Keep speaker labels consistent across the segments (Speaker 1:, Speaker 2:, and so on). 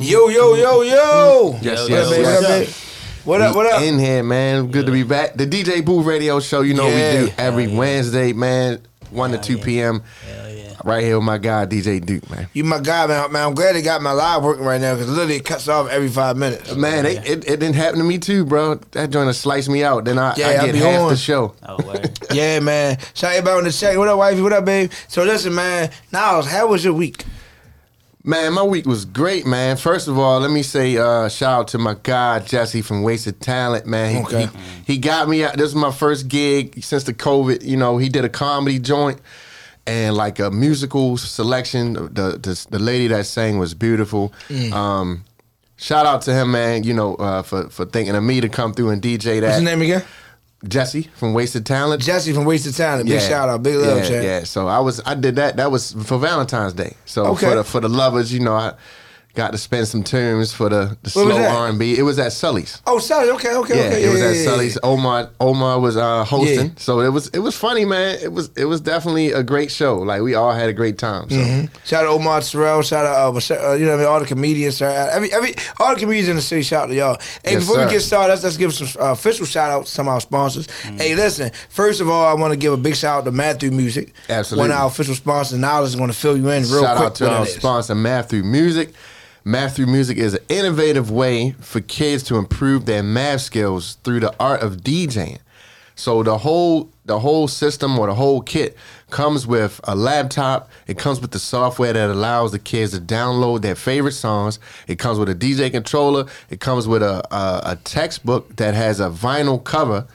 Speaker 1: Yo, yo, yo, yo.
Speaker 2: Yes,
Speaker 3: Yo,
Speaker 2: yes,
Speaker 3: yo,
Speaker 1: What up, man?
Speaker 2: yes.
Speaker 1: What up,
Speaker 3: We
Speaker 1: what up?
Speaker 3: In here, man. Good to be back. The DJ Boo Radio Show. You know
Speaker 1: Yeah.
Speaker 3: we do every Wednesday, man. One to two p.m.
Speaker 2: Hell yeah.
Speaker 3: Right here with my guy DJ Duke, man.
Speaker 1: You my guy, man. man. I'm glad they got my live working right now because literally it cuts off every five minutes.
Speaker 3: Man, it, it, it didn't happen to me too, bro. That joint will slice me out. Then I,
Speaker 1: Yeah,
Speaker 3: I
Speaker 1: I
Speaker 3: get
Speaker 1: be
Speaker 3: half
Speaker 1: on.
Speaker 3: the show.
Speaker 2: Oh, word.
Speaker 1: Yeah, man. Shout everybody on the chat. What up, wifey? What up, babe? So listen, man. Niles, how was your week?
Speaker 3: Man, my week was great, man. First of all, let me say uh, shout out to my guy Jesse from Wasted Talent, man. He,
Speaker 1: Okay.
Speaker 3: he, he got me out. This is my first gig since the COVID. You know, he did a comedy joint and like a musical selection. The the, the lady that sang was beautiful. Um, shout out to him, man. You know, uh, for for thinking of me to come through and DJ
Speaker 1: What's
Speaker 3: that.
Speaker 1: your name again?
Speaker 3: Jesse from Wasted Talent.
Speaker 1: Jesse from Wasted Talent. Big shout out. Big love,
Speaker 3: yeah,
Speaker 1: chat.
Speaker 3: Yeah, so I was I did that. That was for Valentine's Day. So
Speaker 1: Okay.
Speaker 3: for the for the lovers, you know, I got to spend some tunes for the, the
Speaker 1: Where was
Speaker 3: slow
Speaker 1: that?
Speaker 3: R and B. It was at Sully's.
Speaker 1: Oh, Sally. Okay, okay,
Speaker 3: Yeah,
Speaker 1: okay.
Speaker 3: it was
Speaker 1: yeah,
Speaker 3: at
Speaker 1: yeah,
Speaker 3: Sully's.
Speaker 1: yeah.
Speaker 3: Omar Omar was uh, hosting,
Speaker 1: Yeah.
Speaker 3: so it was it was funny, man. It was it was definitely a great show. Like we all had a great time. So.
Speaker 1: Mm-hmm. Shout out Omar Terrell. Shout out, uh, Mas- uh, you know what I mean, all the comedians. Shout out every, every, all the comedians in the city. Shout out to y'all. Hey,
Speaker 3: Yes,
Speaker 1: before
Speaker 3: sir.
Speaker 1: we get started, let's, let's give some uh, official shout out to some of our sponsors.
Speaker 3: Mm.
Speaker 1: Hey, listen, first of all, I want to give a big shout out to Matthew Music.
Speaker 3: Absolutely.
Speaker 1: One of our official sponsors. Knowledge is going to fill you in real
Speaker 3: Shout
Speaker 1: quick.
Speaker 3: out to
Speaker 1: what
Speaker 3: our
Speaker 1: it is.
Speaker 3: sponsor, Math Through Music. Math Through Music is an innovative way for kids to improve their math skills through the art of DJing. So the whole the whole system or the whole kit comes with a laptop. It comes with the software that allows the kids to download their favorite songs. It comes with a DJ controller. It comes with a a, a textbook that has a vinyl cover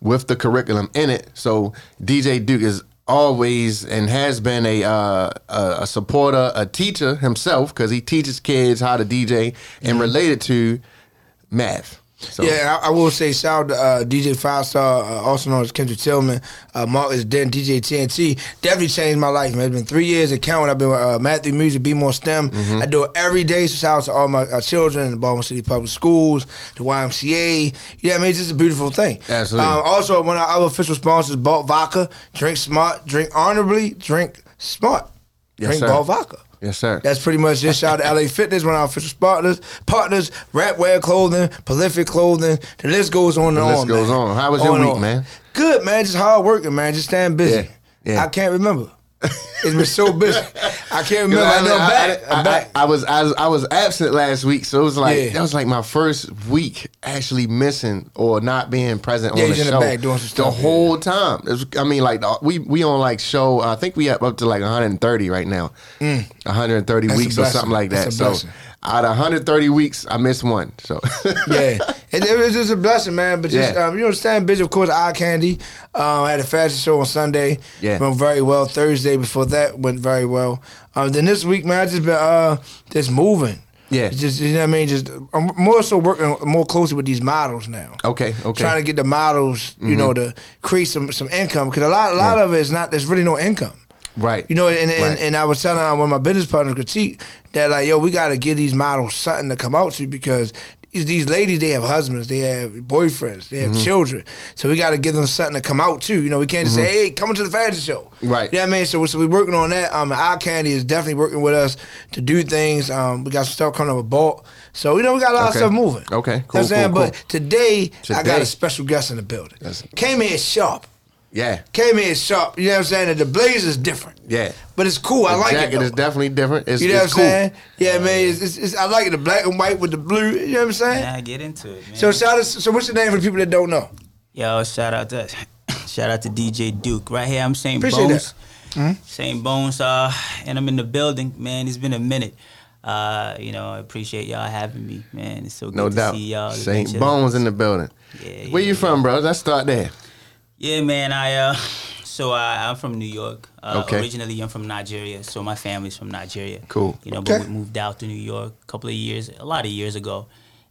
Speaker 3: with the curriculum in it. So DJ Duke is always and has been a uh, a, a supporter, a teacher himself, because he teaches kids how to DJ and related to math. So,
Speaker 1: Yeah, I, I will say shout out to uh, DJ Five Star, uh, also known as Kendrick Tillman, uh, Marcus Den, DJ TNT. Definitely changed my life, man. It's been three years and counting. I've been with uh, Matthew Music, Be More STEM.
Speaker 3: Mm-hmm.
Speaker 1: I do it every day. So shout out to all my uh, children in the Baltimore City Public Schools, the YMCA. You know what I mean? It's just a beautiful thing.
Speaker 3: Absolutely.
Speaker 1: Um, also, one of our other official sponsors, Balt Vodka. Drink smart, drink honorably, drink smart.
Speaker 3: Yes,
Speaker 1: drink
Speaker 3: sir.
Speaker 1: Balt Vodka.
Speaker 3: yes, sir.
Speaker 1: That's pretty much it. Shout out to LA Fitness, one of our official partners, partners, Rapwear Clothing, Prolific Clothing. The list goes on and
Speaker 3: The
Speaker 1: on.
Speaker 3: list goes
Speaker 1: man.
Speaker 3: on. How was your
Speaker 1: and
Speaker 3: week, man?
Speaker 1: Good, man. Just hard working, man. Just staying busy.
Speaker 3: Yeah, yeah.
Speaker 1: I can't remember. it's been so busy. I can't remember. I, know I'm
Speaker 3: I-
Speaker 1: back.
Speaker 3: I-
Speaker 1: I'm back.
Speaker 3: I, I was I was I was absent last week, so it was like
Speaker 1: Yeah.
Speaker 3: that was like my first week actually missing or not being present
Speaker 1: Yeah,
Speaker 3: on the
Speaker 1: he's in
Speaker 3: show
Speaker 1: the back doing some
Speaker 3: the
Speaker 1: stuff, yeah.
Speaker 3: whole time. It was- I mean, like the- we we on like show. I think we up up to like 130 right now, 130
Speaker 1: Mm. That's a
Speaker 3: weeks or
Speaker 1: blessing.
Speaker 3: something like that.
Speaker 1: That's a
Speaker 3: so
Speaker 1: blessing.
Speaker 3: out of 130 weeks, I missed one. So
Speaker 1: yeah, it, it was just a blessing, man. But just
Speaker 3: Yeah.
Speaker 1: um, you know, staying busy. Of course, eye candy. Um, I had a fashion show on Sunday.
Speaker 3: Yeah.
Speaker 1: went very well. Thursday before that went very well. Um, then this week, man, I just been uh just moving.
Speaker 3: Yeah.
Speaker 1: just you know what I mean. Just I'm more so working more closely with these models now.
Speaker 3: okay, Oh, okay, Mm-hmm.
Speaker 1: Trying to get the models, you know, to create some some income because a lot a lot of it is not. There's really no income.
Speaker 3: right.
Speaker 1: You know, and and,
Speaker 3: Right.
Speaker 1: and I was telling uh, one of my business partners, critique, that like, yo, we got to give these models something to come out to because these, these ladies, they have husbands, they have boyfriends, they have
Speaker 3: Mm-hmm.
Speaker 1: children, so we got to give them something to come out to. You know, we can't just say, hey, come to the fashion show,
Speaker 3: Mm-hmm. Right.
Speaker 1: Yeah, I mean, so, so we're working on that. Um, Eye Candy is definitely working with us to do things. Um, we got some stuff coming up with Bolt, so you know, we got a lot
Speaker 3: Okay.
Speaker 1: of stuff moving.
Speaker 3: Okay,
Speaker 1: You know
Speaker 3: cool,
Speaker 1: what I'm saying,
Speaker 3: cool, cool.
Speaker 1: but today, I got
Speaker 3: Today.
Speaker 1: a special guest in the building.
Speaker 3: That's-
Speaker 1: Came in sharp.
Speaker 3: yeah,
Speaker 1: Came in sharp. You know what I'm saying? And the blazer's different.
Speaker 3: yeah.
Speaker 1: But it's cool. I
Speaker 3: The
Speaker 1: like
Speaker 3: jacket
Speaker 1: it.
Speaker 3: is
Speaker 1: though.
Speaker 3: definitely different. It's,
Speaker 1: you know what I'm
Speaker 3: it's cool.
Speaker 1: saying? Yeah, man. It's, it's, it's, I like it. The black and white with the blue. You know what I'm saying?
Speaker 2: Now get into it, man.
Speaker 1: So shout out. So what's your name for the people that don't know?
Speaker 2: Yo, shout out to shout out to DJ Duke. Right here, I'm Saint
Speaker 1: Appreciate
Speaker 2: Bones.
Speaker 3: Hmm?
Speaker 2: Saint Bones, uh, and I'm in the building, man. It's been a minute. Uh, you know, I appreciate y'all having me, man. It's so good
Speaker 3: No
Speaker 2: to
Speaker 3: doubt.
Speaker 2: see y'all.
Speaker 3: Saint
Speaker 2: Adventure.
Speaker 3: Bones in the building.
Speaker 2: Yeah,
Speaker 3: Where
Speaker 2: yeah,
Speaker 3: you from, bro? Let's start there.
Speaker 2: Yeah, man. I uh, so I, I'm from New York. Uh,
Speaker 3: Okay.
Speaker 2: Originally, I'm from Nigeria, so my family's from Nigeria.
Speaker 3: Cool.
Speaker 2: You know,
Speaker 1: Okay.
Speaker 2: but we moved out to New York a couple of years, a lot of years ago,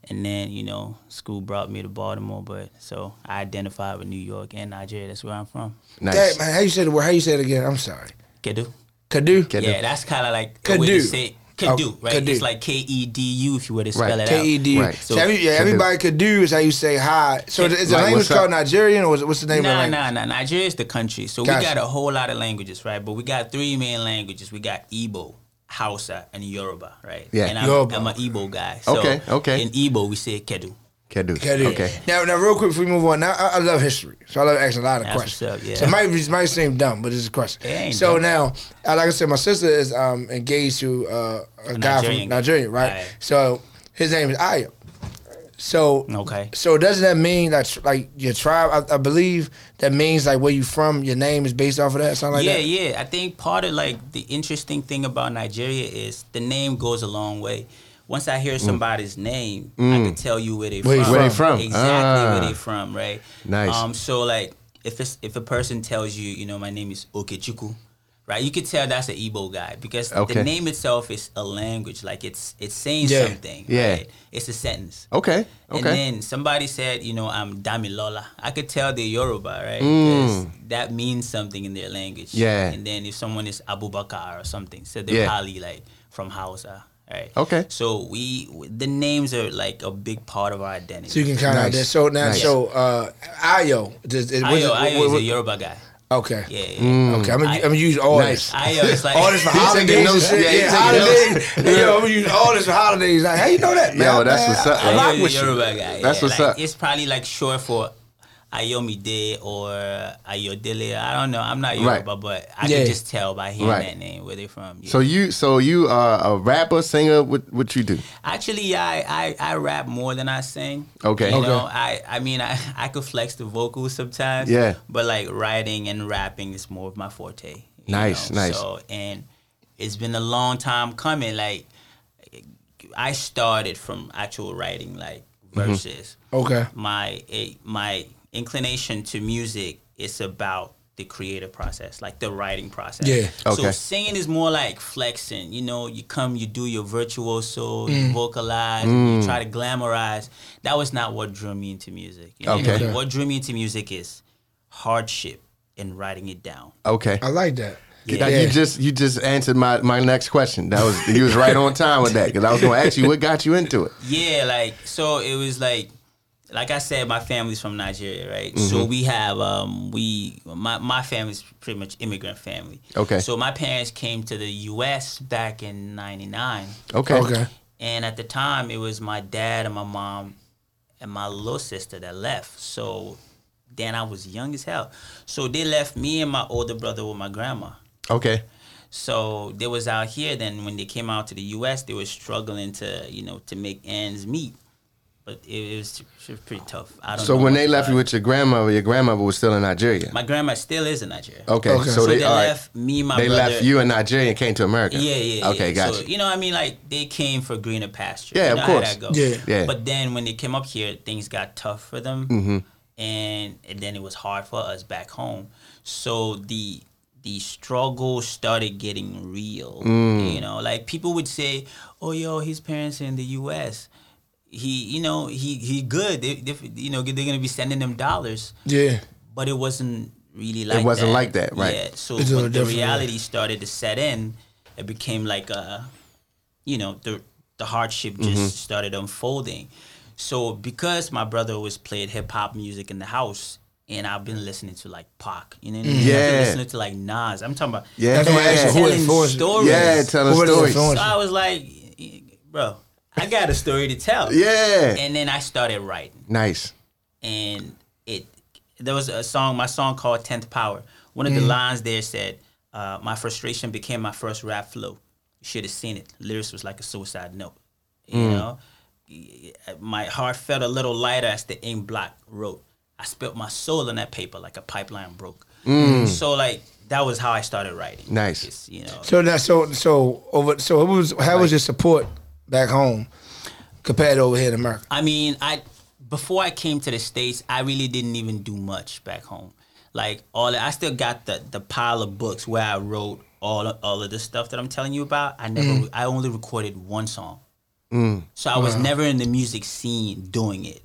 Speaker 2: and then you know, school brought me to Baltimore. But so I identify with New York and Nigeria. That's where I'm from.
Speaker 3: Nice.
Speaker 1: Dang, man, how you say the word? How you say it again? I'm sorry.
Speaker 2: Kedu.
Speaker 1: Kadu.
Speaker 3: Kedu.
Speaker 2: Yeah, that's kind of like the way
Speaker 1: Kedu.
Speaker 2: to say Kedu,
Speaker 1: Oh,
Speaker 2: right?
Speaker 1: Kedu.
Speaker 2: It's like K E D U if you were to spell
Speaker 3: Right.
Speaker 2: it out.
Speaker 1: K E D.
Speaker 3: Right.
Speaker 1: So,
Speaker 2: So-
Speaker 1: every, yeah,
Speaker 3: Kedu.
Speaker 1: everybody Kadu is how you say hi. So is, is the
Speaker 3: Like,
Speaker 1: language
Speaker 3: what's up?
Speaker 1: called Nigerian or is it, what's the name of the
Speaker 2: Nah,
Speaker 1: language?
Speaker 2: nah, nah. Nigeria is the country, so
Speaker 1: Gotcha.
Speaker 2: we got a whole lot of languages, right? But we got three main languages. We got Igbo, Hausa and Yoruba, right?
Speaker 3: Yeah.
Speaker 2: And I'm,
Speaker 1: Yoruba.
Speaker 2: I'm an Igbo guy. So
Speaker 3: Okay, okay.
Speaker 2: In Igbo, we say Kedu.
Speaker 3: Kedu.
Speaker 1: That is.
Speaker 3: Okay.
Speaker 1: Now, now, real quick before we move on. Now, I, I love history, so I love asking a lot of
Speaker 2: That's what's
Speaker 1: questions.
Speaker 2: up, yeah.
Speaker 1: So it might, be- it might seem dumb, but it's a question.
Speaker 2: It ain't
Speaker 1: so
Speaker 2: dumb.
Speaker 1: now, uh, like I said, my sister is um, engaged to uh, a, guy from
Speaker 2: Nigerian.
Speaker 1: Nigeria, right?
Speaker 2: Right.
Speaker 1: So his name is Ayo. So
Speaker 2: Okay.
Speaker 1: So doesn't that mean like tr- like your tribe? I, I believe that means like where you from. Your name is based off of that. Something like
Speaker 2: yeah,
Speaker 1: that.
Speaker 2: yeah. I think part of like the interesting thing about Nigeria is the name goes a long way. Once I hear somebody's name, I can tell you where they
Speaker 1: Mm. Where you
Speaker 2: from.
Speaker 1: Where they from.
Speaker 2: Exactly
Speaker 3: Ah.
Speaker 2: where they from, right?
Speaker 3: Nice.
Speaker 2: Um, so like if it's if a person tells you, you know, my name is Okechukwu, right? You could tell that's an Igbo guy because
Speaker 3: Okay.
Speaker 2: the name itself is a language. Like it's it's saying
Speaker 1: Yeah.
Speaker 2: something.
Speaker 3: Yeah.
Speaker 2: right? It's a sentence.
Speaker 3: Okay.
Speaker 2: And
Speaker 3: Okay.
Speaker 2: then somebody said, you know, I'm Damilola. I could tell they're Yoruba, right? 'Cause That means something in their language.
Speaker 3: Mm. Yeah.
Speaker 2: And then if someone is Abubakar or something, so they're
Speaker 3: Yeah.
Speaker 2: probably like from Hausa, right?
Speaker 3: Okay.
Speaker 2: So we, the names are like a big part of our identity.
Speaker 1: So you can kind of
Speaker 3: Nice.
Speaker 1: that. So now,
Speaker 3: Nice.
Speaker 1: so uh, Ayo, does, it,
Speaker 2: Ayo,
Speaker 1: what-
Speaker 2: Ayo
Speaker 1: what-
Speaker 2: is
Speaker 1: what-
Speaker 2: a Yoruba guy.
Speaker 1: okay,
Speaker 2: Yeah. yeah.
Speaker 3: Mm.
Speaker 1: okay. I'm gonna,
Speaker 2: I-
Speaker 1: I'm gonna use all
Speaker 3: Nice.
Speaker 1: this.
Speaker 2: Ayo is like.
Speaker 1: all this for
Speaker 3: He taking
Speaker 1: holidays. and
Speaker 3: notes.
Speaker 1: shit.
Speaker 3: Yeah,
Speaker 1: Yeah,
Speaker 3: he taking
Speaker 1: holidays. Yo, I'm gonna use all this for holidays. Like, how you know that, man?
Speaker 3: Yo, that's
Speaker 1: Man,
Speaker 3: what's
Speaker 1: I,
Speaker 3: up,
Speaker 1: I
Speaker 3: man.
Speaker 1: rock
Speaker 2: Ayo
Speaker 1: with
Speaker 2: is a
Speaker 1: you.
Speaker 2: Yoruba guy.
Speaker 3: That's
Speaker 2: yeah.
Speaker 3: what's
Speaker 2: like,
Speaker 3: up.
Speaker 2: It's probably like short for Ayomide or Ayodele. I don't know. I'm not
Speaker 3: Right.
Speaker 2: Yoruba, but I
Speaker 1: Yeah.
Speaker 2: can just tell by hearing
Speaker 3: Right.
Speaker 2: that name where they're from. Yeah.
Speaker 3: So you so you are a rapper, singer, what what you do?
Speaker 2: Actually, I, I, I rap more than I sing.
Speaker 3: Okay.
Speaker 2: You
Speaker 3: Okay.
Speaker 2: know, I, I mean, I, I could flex the vocals sometimes.
Speaker 3: Yeah.
Speaker 2: But like writing and rapping is more of my forte. you
Speaker 3: Nice, nice.
Speaker 2: So, and it's been a long time coming. Like, I started from actual writing, like
Speaker 3: Mm-hmm.
Speaker 2: verses.
Speaker 1: Okay.
Speaker 2: My it, my inclination to music is about the creative process, like the writing process.
Speaker 1: Yeah.
Speaker 3: Okay.
Speaker 2: So singing is more like flexing. You know, you come, you do your virtuoso, you vocalize,
Speaker 3: Mm.
Speaker 2: you try to glamorize. That was not what drew me into music. You know,
Speaker 3: Okay.
Speaker 1: Okay.
Speaker 2: What drew me into music is hardship and writing it down.
Speaker 3: Okay.
Speaker 1: I like that.
Speaker 3: Now, You just you just answered my, my next question. That was you was right on time with that because I was going to ask you what got you into it.
Speaker 2: Yeah, like so it was like like I said, my family's from Nigeria, right? So
Speaker 3: Mm-hmm.
Speaker 2: we have um we my my family's pretty much immigrant family.
Speaker 3: Okay.
Speaker 2: So my parents came to the US back in ninety nine.
Speaker 3: Okay.
Speaker 1: Okay.
Speaker 2: And at the time, it was my dad and my mom and my little sister that left. So then I was young as hell. So they left me and my older brother with my grandma.
Speaker 3: Okay.
Speaker 2: So they was out here. Then when they came out to the U.S., they were struggling to you know to make ends meet. But it, it was it was pretty tough. I don't
Speaker 3: So
Speaker 2: know
Speaker 3: when
Speaker 2: much
Speaker 3: they left you
Speaker 2: about
Speaker 3: with your grandmother, your grandmother was still in Nigeria.
Speaker 2: it. my grandma still is in Nigeria.
Speaker 3: Okay.
Speaker 1: Okay.
Speaker 3: So,
Speaker 2: So
Speaker 3: they,
Speaker 2: they,
Speaker 3: all right.
Speaker 2: left me, my
Speaker 3: They
Speaker 2: brother.
Speaker 3: left you in Nigeria and came to America.
Speaker 2: Yeah, yeah.
Speaker 3: Okay,
Speaker 2: yeah.
Speaker 3: gotcha.
Speaker 2: So, you know, what I mean, like they came for greener pasture.
Speaker 3: Yeah,
Speaker 2: you
Speaker 3: of
Speaker 2: know
Speaker 3: course.
Speaker 2: How that go.
Speaker 1: Yeah.
Speaker 3: Yeah. Mm-hmm.
Speaker 2: But then when they came up here, things got tough for them, and, and then it was hard for us back home. So the the struggle started getting real.
Speaker 3: Mm.
Speaker 2: You know, like people would say, "Oh, yo, his parents are in the U.S." He, you know, he he good. They, they, you know, they're gonna be sending them dollars
Speaker 1: Yeah.
Speaker 2: but it wasn't really like
Speaker 3: wasn't
Speaker 2: that.
Speaker 3: like that, right.
Speaker 2: Yeah. So
Speaker 1: It's a
Speaker 2: when the
Speaker 1: different-
Speaker 2: reality started to set in, it became like a, you know, the the hardship just
Speaker 3: Mm-hmm.
Speaker 2: started unfolding. So because my brother always played hip hop music in the house, and I've been listening to like Pac, you know, what I mean? I've been
Speaker 3: Yeah.
Speaker 2: listening to like Nas. I'm talking about
Speaker 3: Yeah.
Speaker 1: That's what I asked you. Who
Speaker 2: Telling
Speaker 1: influenced you?
Speaker 2: stories.
Speaker 3: yeah, tell
Speaker 1: Who
Speaker 3: us
Speaker 1: were the
Speaker 3: stories.
Speaker 1: influences?
Speaker 2: So I was like, bro, I got a story to tell.
Speaker 3: Yeah.
Speaker 2: And then I started writing
Speaker 3: Nice.
Speaker 2: and it there was a song my song called 10th power one of the lines there said uh, my frustration became my first rap flow you should have seen it lyrics was like a suicide note you know my heart felt a little lighter as the ink block wrote i spilt my soul on that paper like a pipeline broke so like that was how i started writing
Speaker 3: Nice.
Speaker 2: It's, you know
Speaker 1: So that so so over so it was how was your support back home compared to over here in America?
Speaker 2: I mean, I before I came to the states, I really didn't even do much back home. Like all, I still got the the pile of books where I wrote all of, all of the stuff that I'm telling you about. I never, I only recorded one song, so I was
Speaker 1: Uh-huh.
Speaker 2: never in the music scene doing it.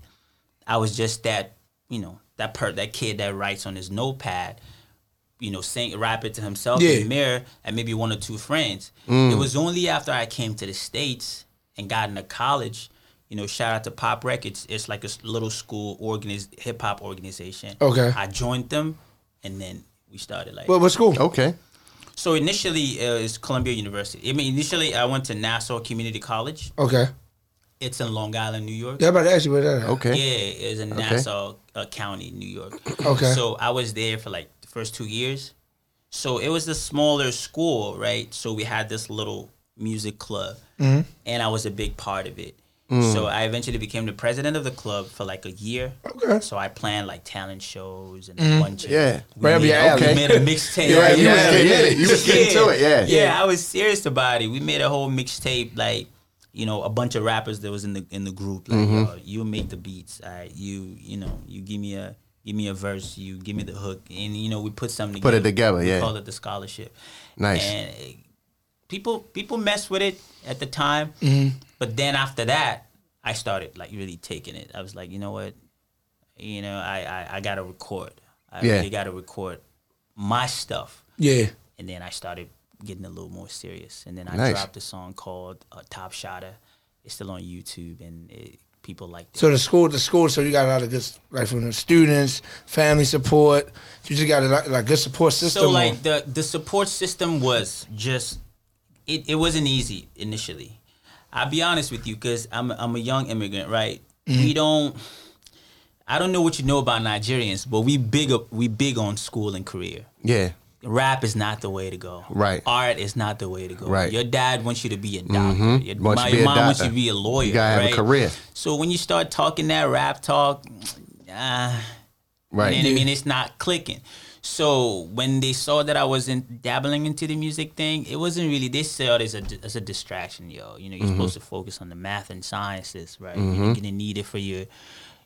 Speaker 2: I was just that, you know, that per that kid that writes on his notepad, you know, sing rap it to himself
Speaker 1: Yeah. Mm.
Speaker 2: in the mirror and maybe one or two friends. It was only after I came to the States and got into college, you know, shout out to Pop Records. It's like a s- little school organiz- hip hop organization.
Speaker 1: Okay.
Speaker 2: I joined them and then we started like
Speaker 1: What what school?
Speaker 3: Okay.
Speaker 2: So initially, uh, it's Columbia University. I mean, initially, I went to Nassau Community College.
Speaker 1: Okay.
Speaker 2: It's in Long Island, New York.
Speaker 1: Yeah, I'm about to ask you what that.
Speaker 3: Okay.
Speaker 2: Yeah, it's in Nassau uh, County, New York.
Speaker 1: Okay.
Speaker 2: So I was there for like the first two years. So it was a smaller school, right? So we had this little music club,
Speaker 3: Mm-hmm.
Speaker 2: and I was a big part of it.
Speaker 3: Mm.
Speaker 2: So I eventually became the president of the club for like a year.
Speaker 1: Okay.
Speaker 2: So I planned like talent shows and a bunch of
Speaker 3: Mm-hmm. Yeah.
Speaker 2: We
Speaker 1: Right up
Speaker 2: made,
Speaker 1: your alley.
Speaker 2: we made a mixtape.
Speaker 3: Yeah,
Speaker 1: you was getting
Speaker 3: in it. You was getting to it, yeah.
Speaker 2: Yeah, I was serious about it. We made a whole mixtape, like you know, a bunch of rappers that was in the in the group. Like,
Speaker 3: Mm-hmm.
Speaker 2: uh, you make the beats. I, you, you know, you give me a give me a verse. You give me the hook, and you know, we put something
Speaker 3: Put
Speaker 2: together.
Speaker 3: it together,
Speaker 2: We
Speaker 3: yeah.
Speaker 2: call it the scholarship.
Speaker 3: Nice.
Speaker 2: And uh, people people mess with it at the time,
Speaker 3: Mm-hmm.
Speaker 2: but then after that, I started like really taking it. I was like, you know what, you know, I I, I gotta record. I
Speaker 3: Yeah.
Speaker 2: really gotta record my stuff
Speaker 1: Yeah.
Speaker 2: and then I started getting a little more serious. And then I
Speaker 3: Nice.
Speaker 2: dropped a song called uh, "Top Shotter." It's still on YouTube, and it, people liked it.
Speaker 1: So the school, the school. So you got a lot of good, like from the students, family support. You just got a lot, like good support system.
Speaker 2: so like the the support system was just it, it wasn't easy initially i'll be honest with you because I'm, a- I'm a young immigrant right we don't i don't know what you know about nigerians but we big up we big on school and career
Speaker 3: Yeah.
Speaker 2: rap is not the way to go.
Speaker 3: Right.
Speaker 2: Art is not the way to go.
Speaker 3: Right. Mm-hmm.
Speaker 2: Your dad wants you to be a doctor. Your,
Speaker 3: Wants
Speaker 2: my,
Speaker 3: you to be a
Speaker 2: your mom wants you
Speaker 3: doctor.
Speaker 2: to be a lawyer.
Speaker 3: You gotta have a
Speaker 2: right?
Speaker 3: career.
Speaker 2: So when you start talking that rap talk, uh,
Speaker 3: Right.
Speaker 2: you know what I mean? It's not clicking. So when they saw that I wasn't dabbling into the music thing, it wasn't really. They saw it as a as a distraction, yo. You know, you're supposed to focus on the math and sciences, right? You're gonna need it for your,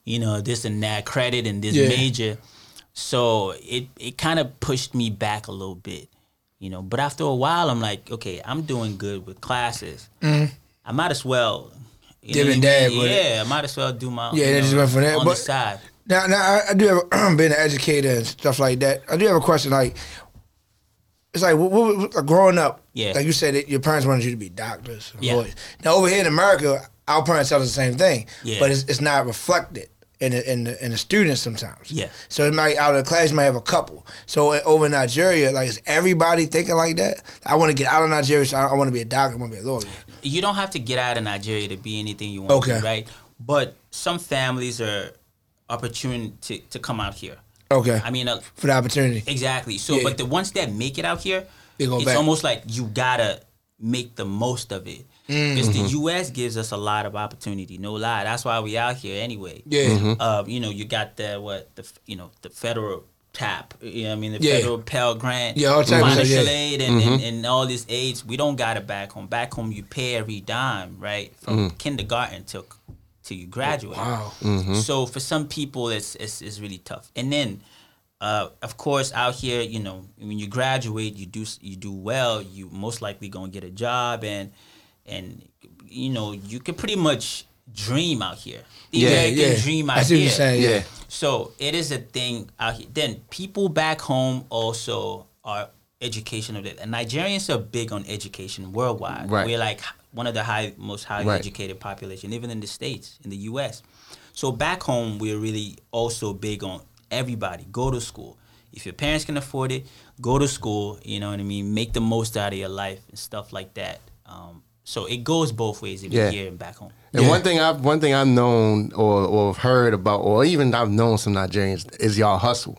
Speaker 2: you know, this and that credit and this
Speaker 1: Yeah.
Speaker 2: major. So it it kind of pushed me back a little bit, you know. But after a while, I'm like, okay, I'm doing good with classes. I might as well. you
Speaker 1: Dib Mm-hmm. and
Speaker 2: know what I mean?
Speaker 1: dab with it.
Speaker 2: Yeah, I might as well do my
Speaker 1: Yeah,
Speaker 2: you
Speaker 1: they just
Speaker 2: know,
Speaker 1: went for that,
Speaker 2: on
Speaker 1: but-
Speaker 2: the side.
Speaker 1: Now, now I, I do have being an educator and stuff like that. I do have a question. Like, it's like what, what, what- like growing up.
Speaker 2: Yeah.
Speaker 1: Like you said, that your parents wanted you to be doctors, and
Speaker 2: Yeah.
Speaker 1: lawyers. Now over here in America, our parents tell us the same thing,
Speaker 2: Yeah.
Speaker 1: but it's, it's not reflected in the, in the in the students sometimes.
Speaker 2: Yeah.
Speaker 1: So it might out of the class you might have a couple. So uh, over in Nigeria, like is everybody thinking like that? I want to get out of Nigeria. So I, I want to be a doctor. I want to be a lawyer.
Speaker 2: you don't have to get out of Nigeria to be anything you want to
Speaker 1: Okay.
Speaker 2: be, right? But some families are opportune to, to come out here.
Speaker 1: Okay.
Speaker 2: I mean, uh,
Speaker 1: for the opportunity.
Speaker 2: exactly. So,
Speaker 1: Yeah.
Speaker 2: but the ones that make it out here,
Speaker 1: They go
Speaker 2: it's
Speaker 1: back.
Speaker 2: almost like you gotta make the most of it. Because the U.S. gives us a lot of opportunity, no lie. That's why we out here anyway.
Speaker 1: Yeah. Mhm.
Speaker 2: Um, you know, you got the what the f- you know the federal tap. You know, what I mean the
Speaker 1: Yeah.
Speaker 2: federal Pell Grant.
Speaker 1: Yeah, all types of
Speaker 2: financial
Speaker 1: stuff, yeah.
Speaker 2: aid and, and, and all these aids. We don't got it back home. Back home, you pay every dime, right, from kindergarten till till you graduate.
Speaker 1: Wow.
Speaker 2: So for some people, it's it's, it's really tough. And then, uh, of course, out here, you know, when you graduate, you do s- you do well, you most likely gonna get a job, and and you know, you can pretty much dream out here. The
Speaker 3: Yeah,
Speaker 2: American
Speaker 1: yeah.
Speaker 2: dream out
Speaker 1: I see what
Speaker 2: here.
Speaker 1: you're saying.
Speaker 3: Yeah.
Speaker 1: yeah.
Speaker 2: So it is a thing out here. Then people back home also are educational. And Nigerians are big on education worldwide.
Speaker 3: Right.
Speaker 2: We're like one of the high, most highly
Speaker 3: Right.
Speaker 2: educated population, even in the states, in the U.S. So back home, we're really also big on everybody go to school. If your parents can afford it, go to school. You know what I mean. Make the most out of your life and stuff like that. Um, so it goes both ways, even
Speaker 3: Yeah.
Speaker 2: here and back home.
Speaker 3: And
Speaker 1: Yeah.
Speaker 3: one thing I've one thing I've known or or have heard about or even I've known some Nigerians is y'all hustle.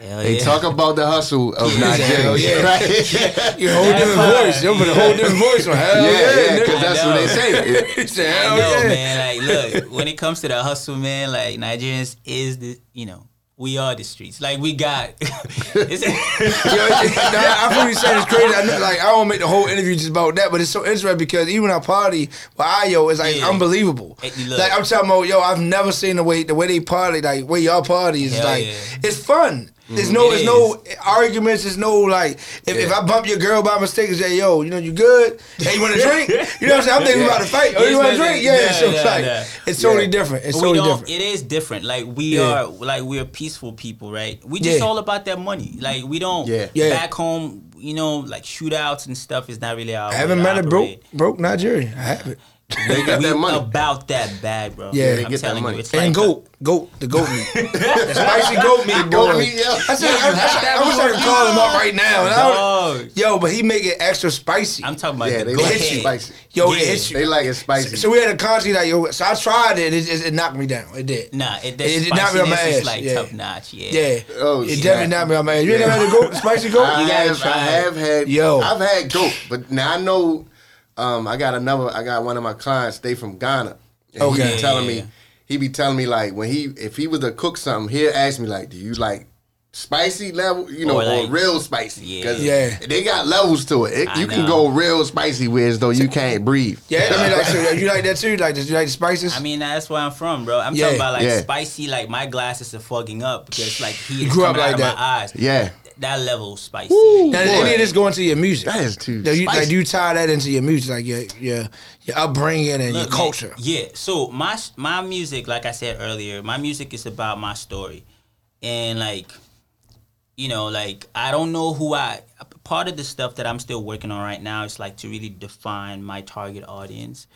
Speaker 2: Hell
Speaker 3: They
Speaker 2: yeah.
Speaker 3: talk about the hustle of
Speaker 1: Hell
Speaker 3: Nigerians,
Speaker 1: yeah.
Speaker 3: right?
Speaker 1: Your whole different
Speaker 2: fine.
Speaker 1: voice. You're putting a whole different voice on. Hell
Speaker 3: Yeah,
Speaker 1: yeah,
Speaker 3: yeah, because
Speaker 1: nigga.
Speaker 3: that's
Speaker 2: I
Speaker 3: what
Speaker 2: know.
Speaker 3: they say.
Speaker 1: He said,
Speaker 2: I
Speaker 1: Hell
Speaker 2: know,
Speaker 1: Oh, yeah.
Speaker 2: man. Like, look, when it comes to the hustle, man, like Nigerians is the, you know, we are the streets. Like, we got. it's-
Speaker 1: Yo, it's- nah, I feel you saying it's crazy. I know, like I don't make the whole interview just about that, but it's so interesting because even our party with Ayo is like
Speaker 2: Yeah.
Speaker 1: unbelievable.
Speaker 2: Hey, look.
Speaker 1: Like I'm talking about, yo, I've never seen the way the way they party, like way y'all party is
Speaker 2: Hell
Speaker 1: like
Speaker 2: yeah. Mm-hmm.
Speaker 1: it's fun. There's no,
Speaker 2: It
Speaker 1: there's no arguments. There's no like, if, if I bump your girl by mistake and say, "Yo, you know you good? Hey, you want to drink? You know what I'm saying? I'm thinking about to fight. Oh,
Speaker 2: Yes,
Speaker 1: you want to
Speaker 2: man.
Speaker 1: drink? Yeah.
Speaker 2: Nah,
Speaker 1: so it's
Speaker 2: nah,
Speaker 1: like,
Speaker 2: nah.
Speaker 1: it's totally
Speaker 3: Yeah.
Speaker 1: different. It's
Speaker 2: we
Speaker 1: totally
Speaker 2: don't,
Speaker 1: different.
Speaker 2: It is different. Like we
Speaker 1: Yeah.
Speaker 2: are, like we are peaceful people, right? We just
Speaker 1: Yeah.
Speaker 2: all about that money. Like we don't.
Speaker 3: Yeah.
Speaker 1: Yeah.
Speaker 2: Back home, you know, like shootouts and stuff is not really our.
Speaker 1: I haven't met a
Speaker 2: bro.
Speaker 1: broke broke Nigerian. I haven't.
Speaker 3: They got
Speaker 2: we
Speaker 3: that money.
Speaker 2: about that bad, bro.
Speaker 1: Yeah, they
Speaker 2: I'm
Speaker 3: get that
Speaker 2: telling
Speaker 3: money.
Speaker 2: you, it's
Speaker 1: And
Speaker 2: like
Speaker 1: goat, goat, the goat meat, the spicy goat meat, bro.
Speaker 3: Goat meat, yeah.
Speaker 1: I said, I, I, I, I wish I could call him up right now. And I
Speaker 2: Dog.
Speaker 1: would, yo, but he make it extra spicy.
Speaker 2: I'm talking about
Speaker 3: Yeah,
Speaker 2: the
Speaker 3: they
Speaker 1: it
Speaker 2: goat
Speaker 3: like
Speaker 1: hits
Speaker 2: head.
Speaker 1: you.
Speaker 3: spicy.
Speaker 1: Yo, it
Speaker 2: Yeah.
Speaker 1: hits you.
Speaker 3: They like it spicy.
Speaker 1: So we had a contest like yo. So I tried it. and It, it, it knocked me down. It did.
Speaker 2: Nah, it,
Speaker 1: It-
Speaker 2: that's
Speaker 1: it knocked me on my
Speaker 2: spiciness
Speaker 1: ass,
Speaker 2: is like
Speaker 1: yeah.
Speaker 2: top notch. Yeah.
Speaker 1: Yeah.
Speaker 3: Oh,
Speaker 1: it
Speaker 3: shit.
Speaker 1: definitely knocked me on my ass. You ain't
Speaker 3: Yeah.
Speaker 1: never had a goat, the spicy goat.
Speaker 3: I
Speaker 2: You gotta
Speaker 3: have,
Speaker 2: try
Speaker 3: I
Speaker 2: it.
Speaker 3: have had
Speaker 1: Yo.
Speaker 3: I've had goat, but now I know um, I got another I got one of my clients, they from Ghana. And he
Speaker 1: Okay.
Speaker 3: be telling me
Speaker 2: Yeah.
Speaker 3: he be telling me like when he if he was to cook something, he'll ask me like, Do you like spicy level, you know, or,
Speaker 2: Or like-
Speaker 3: real spicy?
Speaker 2: Yeah.
Speaker 3: 'Cause
Speaker 1: Yeah.
Speaker 3: They got levels to it. It-
Speaker 2: I
Speaker 3: you can
Speaker 2: know.
Speaker 3: go real spicy with as though you can't breathe.
Speaker 1: yeah, I mean, like, so you like that too? Like, you like the spices?
Speaker 2: I mean, that's where I'm from, bro. I'm
Speaker 1: Yeah,
Speaker 2: talking about like
Speaker 3: yeah.
Speaker 2: spicy. Like my glasses are fugging up because like he
Speaker 1: You
Speaker 2: is
Speaker 1: grew up
Speaker 2: coming out
Speaker 1: like
Speaker 2: of
Speaker 1: that.
Speaker 2: my eyes.
Speaker 3: Yeah.
Speaker 2: That level spicy.
Speaker 1: now, does
Speaker 3: boy.
Speaker 1: any of this go into your music?
Speaker 3: That is too
Speaker 1: Now, you, like,
Speaker 3: spicy.
Speaker 1: you tie that into your music, like your your your upbringing and your
Speaker 2: Look, man,
Speaker 1: culture.
Speaker 2: yeah. So my my music, like I said earlier, my music is about my story, and like, you know, like I don't know who I. Part of the stuff that I'm still working on right now is like to really define my target audience,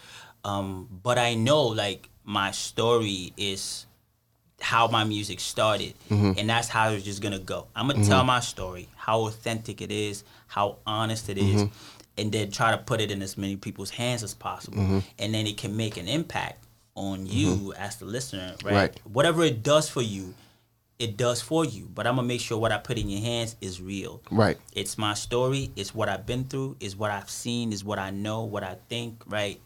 Speaker 2: um, but I know like my story is how my music started, and that's how it's just gonna go. I'm gonna tell my story, how authentic it is, how honest it is, and then try to put it in as many people's hands as possible, and then it can make an impact on you as the listener, right?
Speaker 3: Right.
Speaker 2: Whatever it does for you, it does for you. But I'm gonna make sure what I put in your hands is real.
Speaker 3: Right.
Speaker 2: It's my story. It's what I've been through. It's what I've seen. It's what I know. What I think. Right.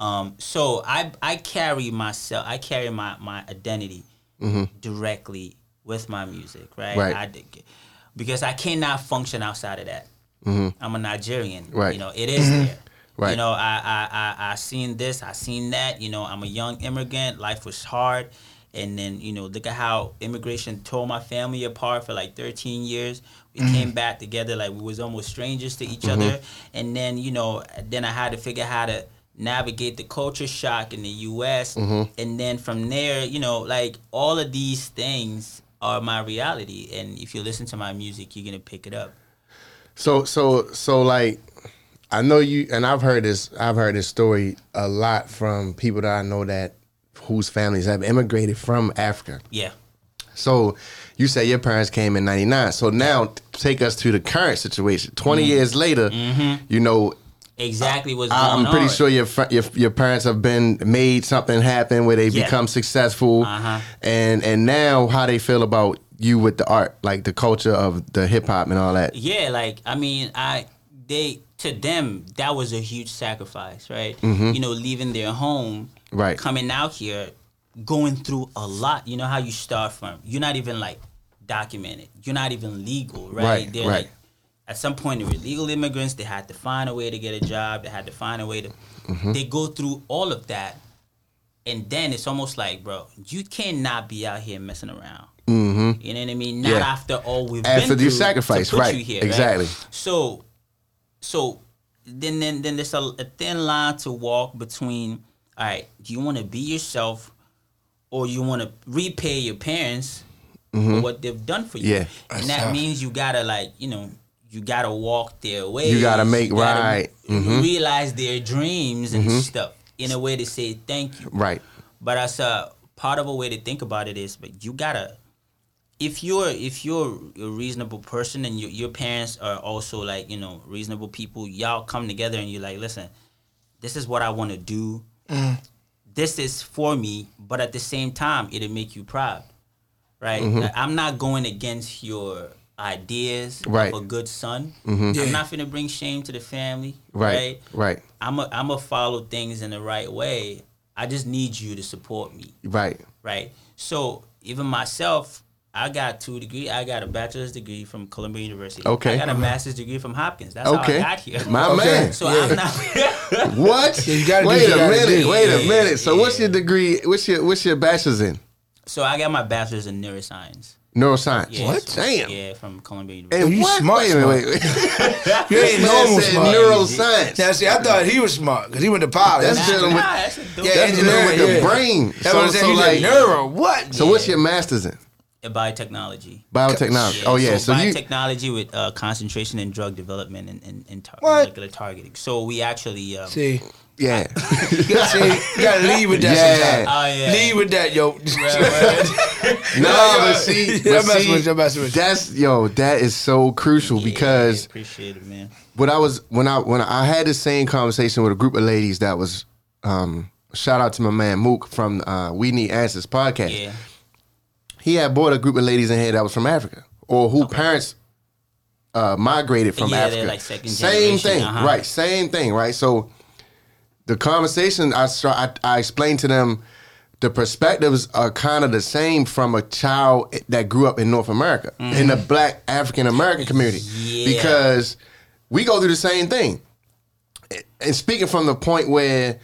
Speaker 2: Um, so I I carry myself. I carry my my identity directly with my music. Right.
Speaker 3: Right.
Speaker 2: I d- because I cannot function outside of that. I'm a Nigerian.
Speaker 3: Right.
Speaker 2: You know it is there.
Speaker 3: Right.
Speaker 2: You know I I I I seen this. I seen that. You know I'm a young immigrant. Life was hard. And then you know, look at how immigration tore my family apart for like 13 years. We
Speaker 3: Mm-hmm.
Speaker 2: came back together like we was almost strangers to each other. And then you know, then I had to figure how to navigate the culture shock in the U.S.
Speaker 3: Mm-hmm.
Speaker 2: And then from there, you know, like all of these things are my reality. And if you listen to my music, you're gonna pick it up.
Speaker 3: So so so like I know you and I've heard this I've heard this story a lot from people that I know that whose families have immigrated from Africa.
Speaker 2: Yeah.
Speaker 3: So you say your parents came in 99. So now t- take us to the current situation. 20
Speaker 2: Mm-hmm.
Speaker 3: years later, you know
Speaker 2: Exactly what's
Speaker 3: I-
Speaker 2: Mm-hmm. going
Speaker 3: I'm pretty
Speaker 2: on.
Speaker 3: sure your, fr- your your parents have been made something happen where they
Speaker 2: Yeah.
Speaker 3: become successful,
Speaker 2: Uh-huh.
Speaker 3: and and now how they feel about you with the art, like the culture of the hip hop and all that.
Speaker 2: yeah like i mean i they to them that was a huge sacrifice right you know leaving their home
Speaker 3: Mm-hmm. Right.
Speaker 2: coming out here going through a lot you know how you start from you're not even like documented you're not even legal right,
Speaker 3: Right,
Speaker 2: they're
Speaker 3: right.
Speaker 2: like at some point they were legal immigrants they had to find a way to get a job they had to find a way to
Speaker 3: Mm-hmm.
Speaker 2: they go through all of that and then it's almost like bro you cannot be out here messing around mm-hmm. you know what i mean not
Speaker 3: Yeah.
Speaker 2: after all we've
Speaker 3: After
Speaker 2: been
Speaker 3: you
Speaker 2: through
Speaker 3: sacrifice,
Speaker 2: to put
Speaker 3: right,
Speaker 2: you here,
Speaker 3: exactly.
Speaker 2: so, so then then then there's a, a thin line to walk between. All right, do you want to be yourself, or you want to repay your parents for what they've done for you?
Speaker 3: Mm-hmm. Yeah.
Speaker 2: and
Speaker 1: That's
Speaker 2: that
Speaker 1: tough.
Speaker 2: means you gotta like you know you gotta walk their way.
Speaker 3: You gotta make right. Mm-hmm.
Speaker 2: realize their dreams and stuff in a way to say thank you.
Speaker 3: Right.
Speaker 2: But that's a part of a way to think about it is, but you gotta, if you're if you're a reasonable person and your your parents are also like you know reasonable people, y'all come together and you're like, listen, this is what I want to do.
Speaker 3: Mm-hmm.
Speaker 2: This is for me, but at the same time, it'll make you proud, right?
Speaker 3: Mm-hmm.
Speaker 2: Like, I'm not going against your ideas
Speaker 3: Right. Mm-hmm.
Speaker 2: of a good son.
Speaker 1: Yeah.
Speaker 2: I'm not gonna bring shame to the family,
Speaker 3: Right. Right.
Speaker 2: I'm a, I'm a follow things in the right way. I just need you to support me,
Speaker 3: Right.
Speaker 2: right? So even myself, I got two degree. I got a bachelor's degree from Columbia University.
Speaker 3: Okay.
Speaker 2: I got a master's degree from Hopkins. That's
Speaker 3: Okay.
Speaker 2: how I got here.
Speaker 3: My man.
Speaker 2: So I'm not.
Speaker 3: What?
Speaker 1: Yeah, you gotta do
Speaker 3: wait
Speaker 1: what you
Speaker 3: a
Speaker 1: gotta
Speaker 3: minute.
Speaker 1: do.
Speaker 3: Wait a
Speaker 2: Yeah,
Speaker 3: minute. So what's
Speaker 2: yeah.
Speaker 3: your degree? What's your what's your bachelor's in?
Speaker 2: so I got my bachelor's in neuroscience.
Speaker 3: Neuroscience.
Speaker 2: Yeah,
Speaker 1: What?
Speaker 2: so-
Speaker 3: Damn.
Speaker 2: Yeah, from Columbia University.
Speaker 3: And
Speaker 1: you
Speaker 3: what?
Speaker 1: smart,
Speaker 3: wait a minute. Wait, wait.
Speaker 1: You ain't normal
Speaker 3: said
Speaker 1: smart.
Speaker 3: neuroscience.
Speaker 1: Now, see, I thought he was smart because he went to college.
Speaker 3: That's
Speaker 1: That's,
Speaker 3: just- dealing with-
Speaker 2: Nah, that's a dope-
Speaker 1: Yeah,
Speaker 3: That's dealing with the
Speaker 1: engineering, yeah.
Speaker 3: brain.
Speaker 1: that's what I'm saying. He's like, neuro, what?
Speaker 3: so what's your master's in?
Speaker 2: in biotechnology.
Speaker 3: Biotechnology. Oh yeah. So, you
Speaker 2: biotechnology with uh, concentration in drug development and, and, and tar-
Speaker 1: What?
Speaker 2: molecular targeting. So we actually um,
Speaker 1: See,
Speaker 3: Yeah.
Speaker 1: You gotta, say, you gotta lead with that
Speaker 3: Yeah.
Speaker 1: sometimes.
Speaker 2: Oh, yeah.
Speaker 1: Lead with that, yo.
Speaker 3: no,
Speaker 1: Yeah,
Speaker 3: but
Speaker 1: yeah.
Speaker 3: see,
Speaker 1: Yeah,
Speaker 3: but
Speaker 1: I'm messing
Speaker 3: see,
Speaker 1: with you, I'm messing with you.
Speaker 3: that's yo, that is so crucial because
Speaker 2: yeah, appreciate it, man.
Speaker 3: when I was when I when I had the same conversation with a group of ladies that was um shout out to my man Mook from uh We Need Answers podcast.
Speaker 2: Yeah,
Speaker 3: He had brought a group of ladies in here that was from Africa or who parents uh migrated from
Speaker 2: Yeah, they're
Speaker 3: Africa.
Speaker 2: like second
Speaker 3: same
Speaker 2: generation,
Speaker 3: thing,
Speaker 2: uh-huh.
Speaker 3: right? Same thing, right? So the conversation I start, I, I explained to them the perspectives are kind of the same from a child that grew up in North America in the Black African American community
Speaker 2: Mm-hmm. Yeah.
Speaker 3: because we go through the same thing. And speaking from the point where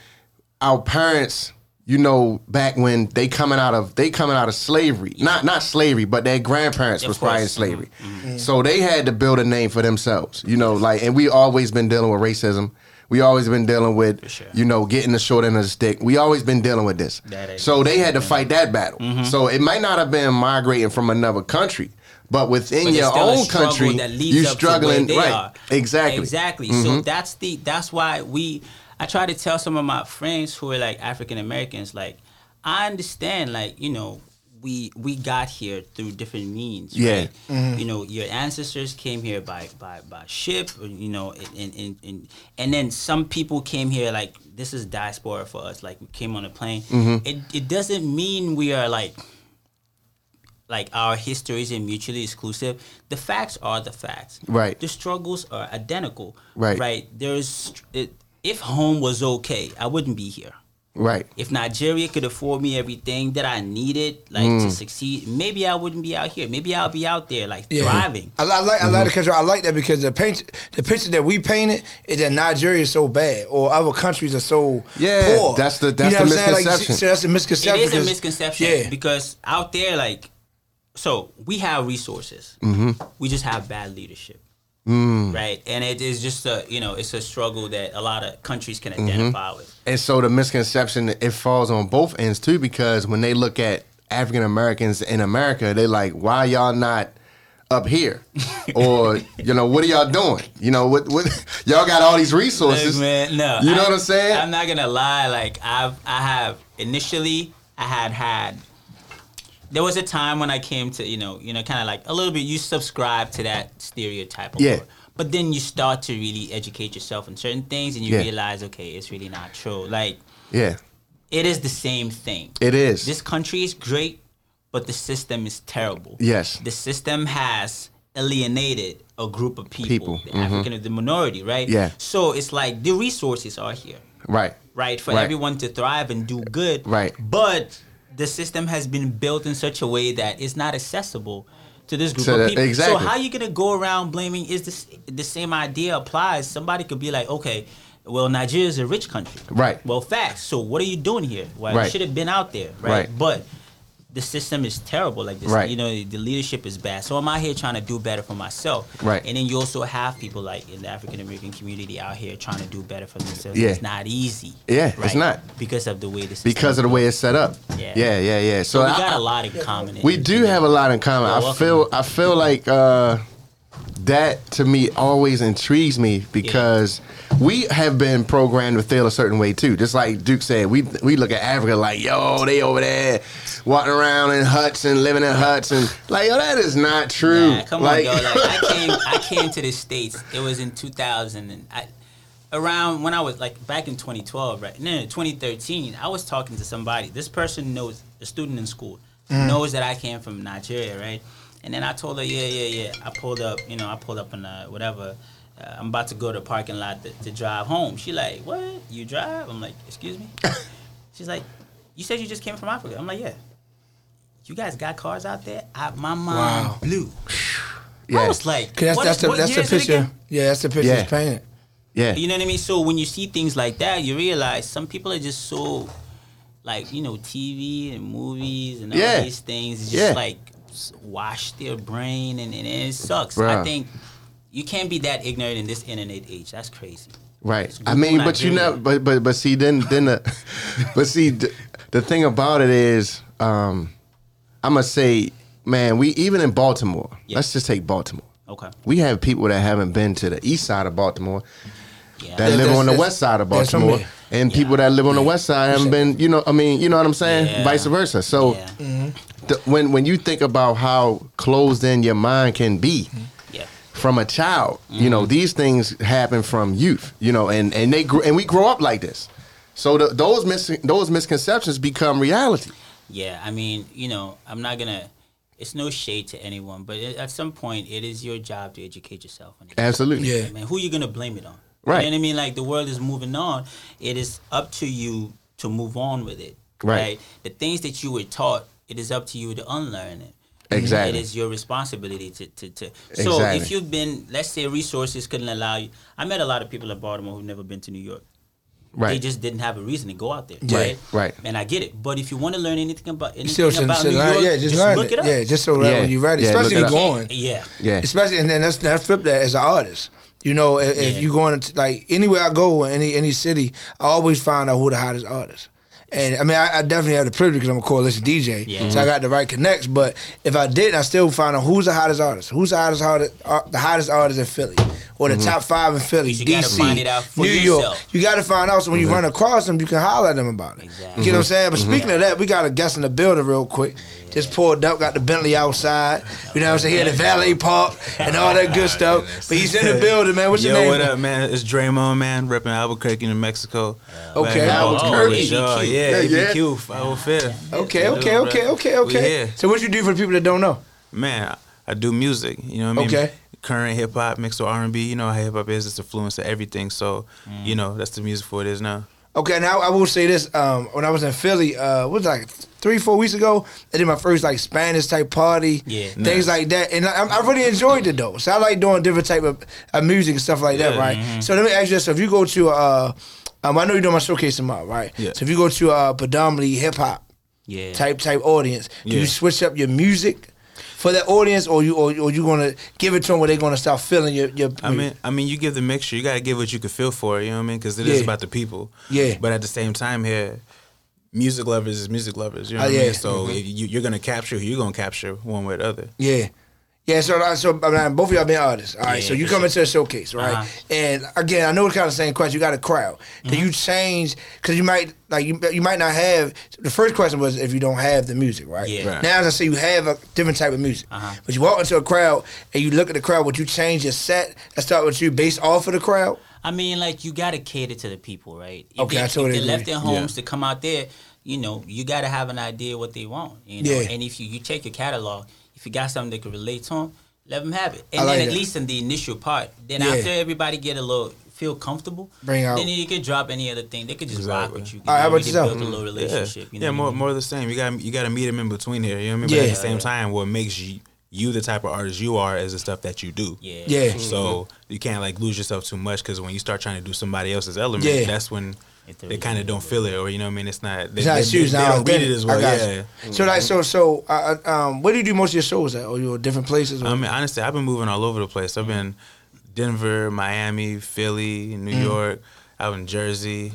Speaker 3: our parents, you know, back when they coming out of they coming out of slavery, not not slavery, but their grandparents was probably in
Speaker 2: course. Mm-hmm.
Speaker 3: slavery, so they had to build a name for themselves, you know, like and we always been dealing with racism. We always been dealing with,
Speaker 2: sure.
Speaker 3: you know, getting the short end of the stick. We always been dealing with this.
Speaker 2: That ain't- Mm-hmm.
Speaker 3: So they had to fight that battle. So it might not have been migrating from another country, but within
Speaker 2: But
Speaker 3: your
Speaker 2: it's still a
Speaker 3: own
Speaker 2: struggle
Speaker 3: country,
Speaker 2: that leads
Speaker 3: you
Speaker 2: up to where
Speaker 3: struggling,
Speaker 2: they
Speaker 3: right?
Speaker 2: are.
Speaker 3: Exactly. Mm-hmm.
Speaker 2: exactly. So that's the that's why we. I try to tell some of my friends who are like African Americans, like I understand, like you know, we we got here through different means.
Speaker 3: Yeah.
Speaker 2: right? you know, your ancestors came here by by by ship, or, you know, and and and and then some people came here like this is diaspora for us. Like we came on a plane.
Speaker 3: Mm-hmm.
Speaker 2: It it doesn't mean we are like like our history isn't mutually exclusive. The facts are the facts.
Speaker 3: Right.
Speaker 2: The struggles are identical.
Speaker 3: Right.
Speaker 2: Right. There's it, if home was okay, I wouldn't be here.
Speaker 3: Right.
Speaker 2: If Nigeria could afford me everything that I needed, like
Speaker 3: Mm.
Speaker 2: to succeed, maybe I wouldn't be out here. Maybe I'll be out there, like thriving.
Speaker 1: I, li- I like I like because I like that because the paint the picture that we painted is that Nigeria is so bad or other countries are so
Speaker 3: Yeah,
Speaker 1: poor.
Speaker 3: that's the-
Speaker 1: You
Speaker 3: that's
Speaker 1: know what
Speaker 3: the
Speaker 1: I'm saying? Like,
Speaker 3: misconception.
Speaker 1: so that's the
Speaker 2: It
Speaker 1: misconception.
Speaker 2: is a
Speaker 1: because-
Speaker 2: misconception
Speaker 1: Yeah,
Speaker 2: because out there, like, so we have resources.
Speaker 3: Mm-hmm.
Speaker 2: We just have bad leadership,
Speaker 3: Mm.
Speaker 2: right? And it is just a you know it's a struggle that a lot of countries can
Speaker 3: Mm-hmm.
Speaker 2: identify with.
Speaker 3: And so the misconception it falls on both ends too, because when they look at African Americans in America, they like, why y'all not up here? or you know, what are y'all doing? You know, what what y'all got all these resources?
Speaker 2: Look, man, no,
Speaker 3: You know
Speaker 2: I-
Speaker 3: what I'm saying?
Speaker 2: I'm not gonna lie. Like I've I have initially I had had. There was a time when I came to you know you know kind of like a little bit you subscribe to that stereotype. a
Speaker 3: Yeah.
Speaker 2: lot. But then you start to really educate yourself in certain things, and you
Speaker 3: Yeah.
Speaker 2: realize, okay, it's really not true. Like
Speaker 3: yeah,
Speaker 2: it is the same thing.
Speaker 3: it is.
Speaker 2: This country is great, but the system is terrible.
Speaker 3: Yes.
Speaker 2: The system has alienated a group of people,
Speaker 3: People, Mm-hmm.
Speaker 2: the African, the minority, right?
Speaker 3: Yeah.
Speaker 2: So it's like the resources are here,
Speaker 3: right.
Speaker 2: right? For
Speaker 3: Right.
Speaker 2: everyone to thrive and do good.
Speaker 3: Right.
Speaker 2: But the system has been built in such a way that it's not accessible to this group
Speaker 3: So
Speaker 2: of
Speaker 3: that-
Speaker 2: people.
Speaker 3: exactly.
Speaker 2: So how you gonna go around blaming is this the same idea applies. Somebody could be like, okay, well Nigeria is a rich country.
Speaker 3: Right.
Speaker 2: Well facts. So what are you doing here? Well
Speaker 3: Right.
Speaker 2: you should have been out there, right?
Speaker 3: Right.
Speaker 2: But the system is terrible. Like this,
Speaker 3: Right.
Speaker 2: you know, the leadership is bad. So I'm out here trying to do better for myself.
Speaker 3: Right.
Speaker 2: And then you also have people like in the African American community out here trying to do better for themselves.
Speaker 3: Yeah.
Speaker 2: It's not easy.
Speaker 3: Yeah, it's not.
Speaker 2: Because of the way this
Speaker 3: Because of the way it's set up.
Speaker 2: Yeah.
Speaker 3: Yeah, yeah, yeah. So,
Speaker 2: so we
Speaker 3: I-
Speaker 2: got a lot in common.
Speaker 3: we do have a lot in common.
Speaker 2: You're
Speaker 3: I
Speaker 2: welcome.
Speaker 3: feel I feel like uh, that to me always intrigues me because we have been programmed to feel a certain way too. Just like Duke said, we we look at Africa like yo, they over there walking around in huts and living in huts and like yo, that is not true.
Speaker 2: Nah, come
Speaker 3: like,
Speaker 2: on, yo. Like I came, I came to the states. It was in 2000, and I, around when I was like back in 2012, right? No, no, 2013. I was talking to somebody. This person knows a student in school
Speaker 3: Mm-hmm.
Speaker 2: knows that I came from Nigeria, right? And then I told her, yeah, yeah, yeah. I pulled up, you know, I pulled up in uh, whatever. Uh, I'm about to go to the parking lot to, to drive home. She like, what? You drive? I'm like, excuse me. She's like, you said you just came from Africa. I'm like, yeah. You guys got cars out there? I, my mind
Speaker 1: Wow.
Speaker 2: blew. I
Speaker 3: yeah,
Speaker 2: was like,
Speaker 1: 'Cause that's
Speaker 2: what-
Speaker 1: that's the
Speaker 2: what
Speaker 1: that's
Speaker 2: year
Speaker 1: the
Speaker 2: is it
Speaker 1: picture.
Speaker 2: again?
Speaker 1: Yeah, that's the picture
Speaker 3: Yeah.
Speaker 1: it's painted.
Speaker 3: yeah,
Speaker 2: You know what I mean? So when you see things like that, you realize some people are just so, like you know, TV and movies and all
Speaker 3: Yeah.
Speaker 2: these things just
Speaker 3: Yeah.
Speaker 2: like s- wash their brain and, and it sucks. I
Speaker 3: Bruh.
Speaker 2: think you can't be that ignorant in this internet age. That's crazy.
Speaker 3: Right. I
Speaker 2: Google
Speaker 3: mean, but you
Speaker 2: Nigeria.
Speaker 3: know, but but but see, then then the, but see, the, the thing about it is, um, I must say, man, we even in Baltimore.
Speaker 2: Yeah.
Speaker 3: Let's just take Baltimore.
Speaker 2: Okay.
Speaker 3: We have people that haven't been to the east side of Baltimore
Speaker 2: Yeah.
Speaker 3: that
Speaker 1: Yeah,
Speaker 3: live
Speaker 1: that's-
Speaker 3: on the
Speaker 1: that's-
Speaker 3: west side of
Speaker 1: that's so
Speaker 3: Baltimore,
Speaker 1: many.
Speaker 3: and people that live on the west side haven't been, you know, I mean, you know what I'm saying?
Speaker 2: Yeah.
Speaker 3: Vice versa. So
Speaker 2: Yeah.
Speaker 1: Mm-hmm.
Speaker 3: the, when when you think about how closed in your mind can be
Speaker 2: Yeah.
Speaker 3: from a child, you
Speaker 1: Mm-hmm.
Speaker 3: know, these things happen from youth, you know, and and they gr- and we grow up like this. So the, those mis- those misconceptions become reality.
Speaker 2: Yeah, I mean, you know, I'm not gonna. It's no shade to anyone, but it, at some point, it is your job to educate yourself. On it.
Speaker 3: Absolutely.
Speaker 1: Yeah.
Speaker 2: man, who you gonna blame it on?
Speaker 3: Right.
Speaker 2: You know what I mean? Like the world is moving on. It is up to you to move on with it.
Speaker 3: Right.
Speaker 2: The things that you were taught, it is up to you to unlearn it.
Speaker 3: Exactly.
Speaker 2: It is your responsibility to to, to. So
Speaker 3: Exactly.
Speaker 2: if you've been, let's say, resources couldn't allow you. I met a lot of people in Baltimore who've never been to New York. They
Speaker 3: Right.
Speaker 2: just didn't have a reason to go out there.
Speaker 3: Right, right.
Speaker 2: And I get it. But if you want to learn anything about anything
Speaker 1: Still, should,
Speaker 2: about
Speaker 1: should
Speaker 2: New
Speaker 1: learn,
Speaker 2: York,
Speaker 1: yeah, just, learn
Speaker 2: look
Speaker 1: it.
Speaker 2: it up.
Speaker 1: yeah, just so that
Speaker 3: Yeah.
Speaker 1: when you're ready,
Speaker 3: Yeah,
Speaker 1: especially if
Speaker 3: look
Speaker 1: you're
Speaker 3: it up.
Speaker 1: going.
Speaker 2: Yeah.
Speaker 3: yeah.
Speaker 1: Especially and then that's that flip that as an artist. You know, if, if
Speaker 2: Yeah.
Speaker 1: you going to like anywhere I go, any any city, I always find out who the hottest artist. And I mean, I, I definitely have the privilege because I'm a coalition DJ,
Speaker 2: Yeah.
Speaker 1: so I got the right connects. But if I didn't, I still find out who's the hottest artist, who's the hottest, hottest ar- the hottest artist in Philly, or the top five in Philly,
Speaker 2: Mm-hmm. You gotta
Speaker 1: DC,
Speaker 2: find it out for
Speaker 1: New York.
Speaker 2: yourself. Mm-hmm.
Speaker 1: You got to find out so when you run across them, you can holler at them about it.
Speaker 2: Exactly.
Speaker 1: You get what I'm saying?
Speaker 4: Mm-hmm.
Speaker 1: But speaking of that, we got a guest in the building real quick. Just pulled up, got the Bentley outside. You know what I'm saying? Here at the valet park and all that good stuff. But he's in the building, man. What's
Speaker 4: Yo,
Speaker 1: your name?
Speaker 4: what up, man? It's Draymond, man, repping Albuquerque, New Mexico.
Speaker 1: Okay.
Speaker 4: Back in
Speaker 3: Albuquerque.
Speaker 4: Baltimore,
Speaker 2: ABQ.
Speaker 4: Yeah,
Speaker 3: Yeah, yeah.
Speaker 4: yeah, ABQ, 505.
Speaker 1: Okay,
Speaker 4: Yeah,
Speaker 1: okay,
Speaker 4: bro.
Speaker 1: okay, okay,
Speaker 4: We
Speaker 1: okay.
Speaker 4: here.
Speaker 1: So what you do for the people that don't know?
Speaker 4: Man, I- I do music, you know what I mean?
Speaker 1: Okay.
Speaker 4: Current hip hop mixed with R&B, you know how hip hop is, it's the fluence of everything. So, you know, that's the music for it is now.
Speaker 1: Okay, now I will say this. Um, when I was in Philly, uh, what was it, like three, four weeks ago, I did my first like Spanish type party,
Speaker 2: Yeah.
Speaker 1: things
Speaker 4: Nice.
Speaker 1: like that, and I, I really enjoyed it though. So I like doing different type of uh, music and stuff like that,
Speaker 4: Yeah. mm-hmm.
Speaker 1: right? So let me ask you this: so If you go to, uh, um, I know you're doing my showcase tomorrow, right?
Speaker 4: Yeah.
Speaker 1: So if you go to uh, predominantly hip hop
Speaker 2: Yeah.
Speaker 1: type type audience, do you
Speaker 4: Yeah.
Speaker 1: switch up your music for that audience, or you or, or you gonna give it to them where they're gonna start feeling your your?
Speaker 4: I mean, I mean, you give the mixture. You gotta give what you can feel for. You know what I mean? Because it is
Speaker 1: Yeah.
Speaker 4: about the people.
Speaker 1: Yeah.
Speaker 4: But at the same time, here, music lovers is music lovers. You know
Speaker 1: Oh,
Speaker 4: what I
Speaker 1: yeah.
Speaker 4: mean? So if you, you're gonna capture who you're gonna capture one way or the other.
Speaker 1: Yeah. Yeah, so I- so I mean, both of y'all been artists. All right,
Speaker 2: Yeah,
Speaker 1: so you
Speaker 2: for
Speaker 1: come
Speaker 2: sure.
Speaker 1: into a showcase, right?
Speaker 2: Uh-huh.
Speaker 1: And again, I know it's kind of the same question. You got a crowd. Do
Speaker 4: Mm-hmm.
Speaker 1: you change because you might like you, you might not have the first question was if you don't have the music, right?
Speaker 2: Yeah. Right.
Speaker 1: Now as I say, you have a different type of music,
Speaker 2: Uh-huh.
Speaker 1: but you walk into a crowd and you look at the crowd. Would you change your set? I start with you based off of the crowd.
Speaker 2: I mean, like you gotta cater to the people, right? If
Speaker 1: Okay,
Speaker 2: they,
Speaker 1: I totally
Speaker 2: if they
Speaker 1: agree.
Speaker 2: left their homes to come out there, you know, you gotta have an idea what they want, you know.
Speaker 1: Yeah.
Speaker 2: And if you you take your catalog, if you got something that can relate to them, let them have it. And
Speaker 1: I
Speaker 2: then
Speaker 1: like
Speaker 2: at
Speaker 1: that.
Speaker 2: least in the initial part, then
Speaker 1: Yeah.
Speaker 2: after everybody get a little feel comfortable,
Speaker 1: Bring out-
Speaker 2: Then you can drop any other thing. They could just rock
Speaker 4: Exactly.
Speaker 2: with you.
Speaker 1: All right, how
Speaker 2: You
Speaker 1: about
Speaker 2: can
Speaker 1: yourself?
Speaker 2: Build a little relationship.
Speaker 4: Mm, Yeah,
Speaker 2: You know
Speaker 4: yeah
Speaker 2: what I
Speaker 4: more
Speaker 2: mean?
Speaker 4: more of the same. You got you got to meet him in between here. You know what I mean? But
Speaker 1: Yeah.
Speaker 4: at the same time, what makes you you the type of artist you are is the stuff that you do.
Speaker 2: Yeah.
Speaker 1: Yeah.
Speaker 4: So you can't like lose yourself too much because when you start trying to do somebody else's element,
Speaker 1: Yeah.
Speaker 4: that's when
Speaker 2: It
Speaker 4: they kind of don't feel it, or you know what I mean? It's not. They,
Speaker 1: It's not
Speaker 4: they,
Speaker 1: shoes
Speaker 4: they, they
Speaker 1: now.
Speaker 4: don't beat it as well. Yeah.
Speaker 1: So like so so uh, uh, um, where do you do most of your shows at? Or you at different places? Or?
Speaker 4: I mean, honestly, I've been moving all over the place. I've been Denver, Miami, Philly,
Speaker 1: Mm.
Speaker 4: New York, out in Jersey,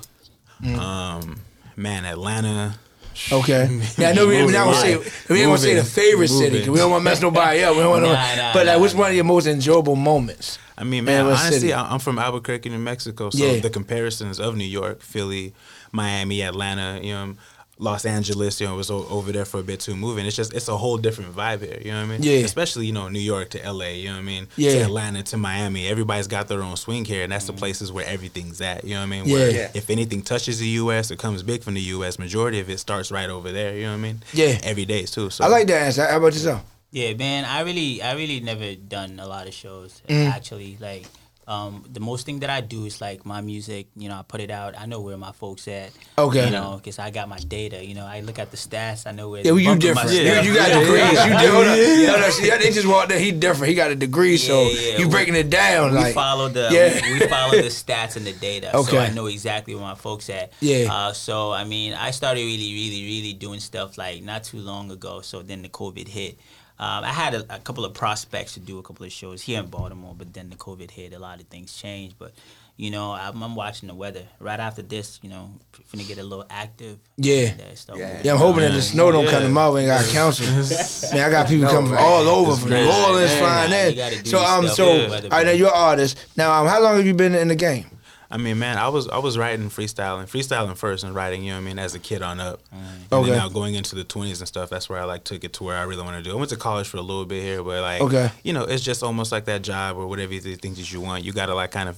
Speaker 4: um, man, Atlanta.
Speaker 1: Okay. Yeah, I know we, we
Speaker 4: Moving
Speaker 1: not gonna say
Speaker 4: on.
Speaker 1: we ain't gonna say the
Speaker 4: Moving.
Speaker 1: favorite city 'cause
Speaker 4: Moving.
Speaker 1: we don't want to mess nobody up. We don't want to.
Speaker 2: Nah, nah,
Speaker 1: but like,
Speaker 2: nah,
Speaker 1: what's one of your most enjoyable moments?
Speaker 4: I mean,
Speaker 1: Man,
Speaker 4: man,
Speaker 1: what
Speaker 4: honestly,
Speaker 1: city?
Speaker 4: I- I'm from Albuquerque, New Mexico, so
Speaker 1: Yeah.
Speaker 4: the comparisons of New York, Philly, Miami, Atlanta, you know, Los Angeles, you know, was o- over there for a bit too moving. It's just it's a whole different vibe here, you know what I mean?
Speaker 1: Yeah.
Speaker 4: Especially you know New York to L.A., you know what I mean?
Speaker 1: Yeah.
Speaker 4: To Atlanta to Miami, everybody's got their own swing here, and that's the places where everything's at, you know what I mean? Where
Speaker 1: Yeah.
Speaker 4: if anything touches the U.S., it comes big from the U.S. Majority of it starts right over there, you know what I mean?
Speaker 1: Yeah.
Speaker 4: Every day too. So
Speaker 1: I like that answer. How about yourself?
Speaker 2: Yeah, man, I really, I really never done a lot of shows
Speaker 1: Mm.
Speaker 2: actually. Like, um, the most thing that I do is like my music. You know, I put it out. I know where my folks at.
Speaker 1: Okay.
Speaker 2: You know, because I got my data. You know, I look at the stats. I know where.
Speaker 1: Yeah,
Speaker 2: the
Speaker 1: well, you
Speaker 2: bulk of my
Speaker 1: different.
Speaker 4: Yeah.
Speaker 2: stuff-
Speaker 1: You, you got
Speaker 4: Yeah.
Speaker 1: degrees. You
Speaker 4: Yeah.
Speaker 1: different. Hold up. Hold up. See, they just walked in. He different. He got a degree, so
Speaker 2: Yeah, yeah.
Speaker 1: you breaking it down.
Speaker 2: we
Speaker 1: like,
Speaker 2: follow the
Speaker 1: Yeah.
Speaker 2: we, we follow the stats and the data.
Speaker 1: Okay.
Speaker 2: So I know exactly where my folks at.
Speaker 1: Yeah.
Speaker 2: Uh, so I mean, I started really, really, really doing stuff like not too long ago. So then the COVID hit. Um, I had a, a couple of prospects to do a couple of shows here in Baltimore, but then the COVID hit. A lot of things changed, but. You know, I'm, I'm watching the weather. Right after this, you know, finna get a little active.
Speaker 1: Yeah.
Speaker 2: And, uh, start
Speaker 3: Yeah.
Speaker 2: moving.
Speaker 1: Yeah, I'm hoping that the snow don't come
Speaker 4: Yeah.
Speaker 1: tomorrow and got council. man, I got people coming from all over,
Speaker 4: It's
Speaker 1: from New
Speaker 4: crazy.
Speaker 1: Orleans,
Speaker 4: Man,
Speaker 1: flying
Speaker 2: you
Speaker 1: in.
Speaker 2: gotta do
Speaker 1: So, um,
Speaker 2: stuff
Speaker 1: so
Speaker 2: with the weather,
Speaker 1: I know
Speaker 2: man.
Speaker 1: you're an artist. Now, um, how long have you been in the game?
Speaker 4: I mean, man, I was I was writing freestyling, freestyling first and writing. You know what I mean? As a kid on up, and
Speaker 1: Okay.
Speaker 4: then now going into the twenties and stuff, that's where I like took it to where I really want to do. I went to college for a little bit here, but like,
Speaker 1: Okay.
Speaker 4: you know, it's just almost like that job or whatever you think that you want. You gotta like kind of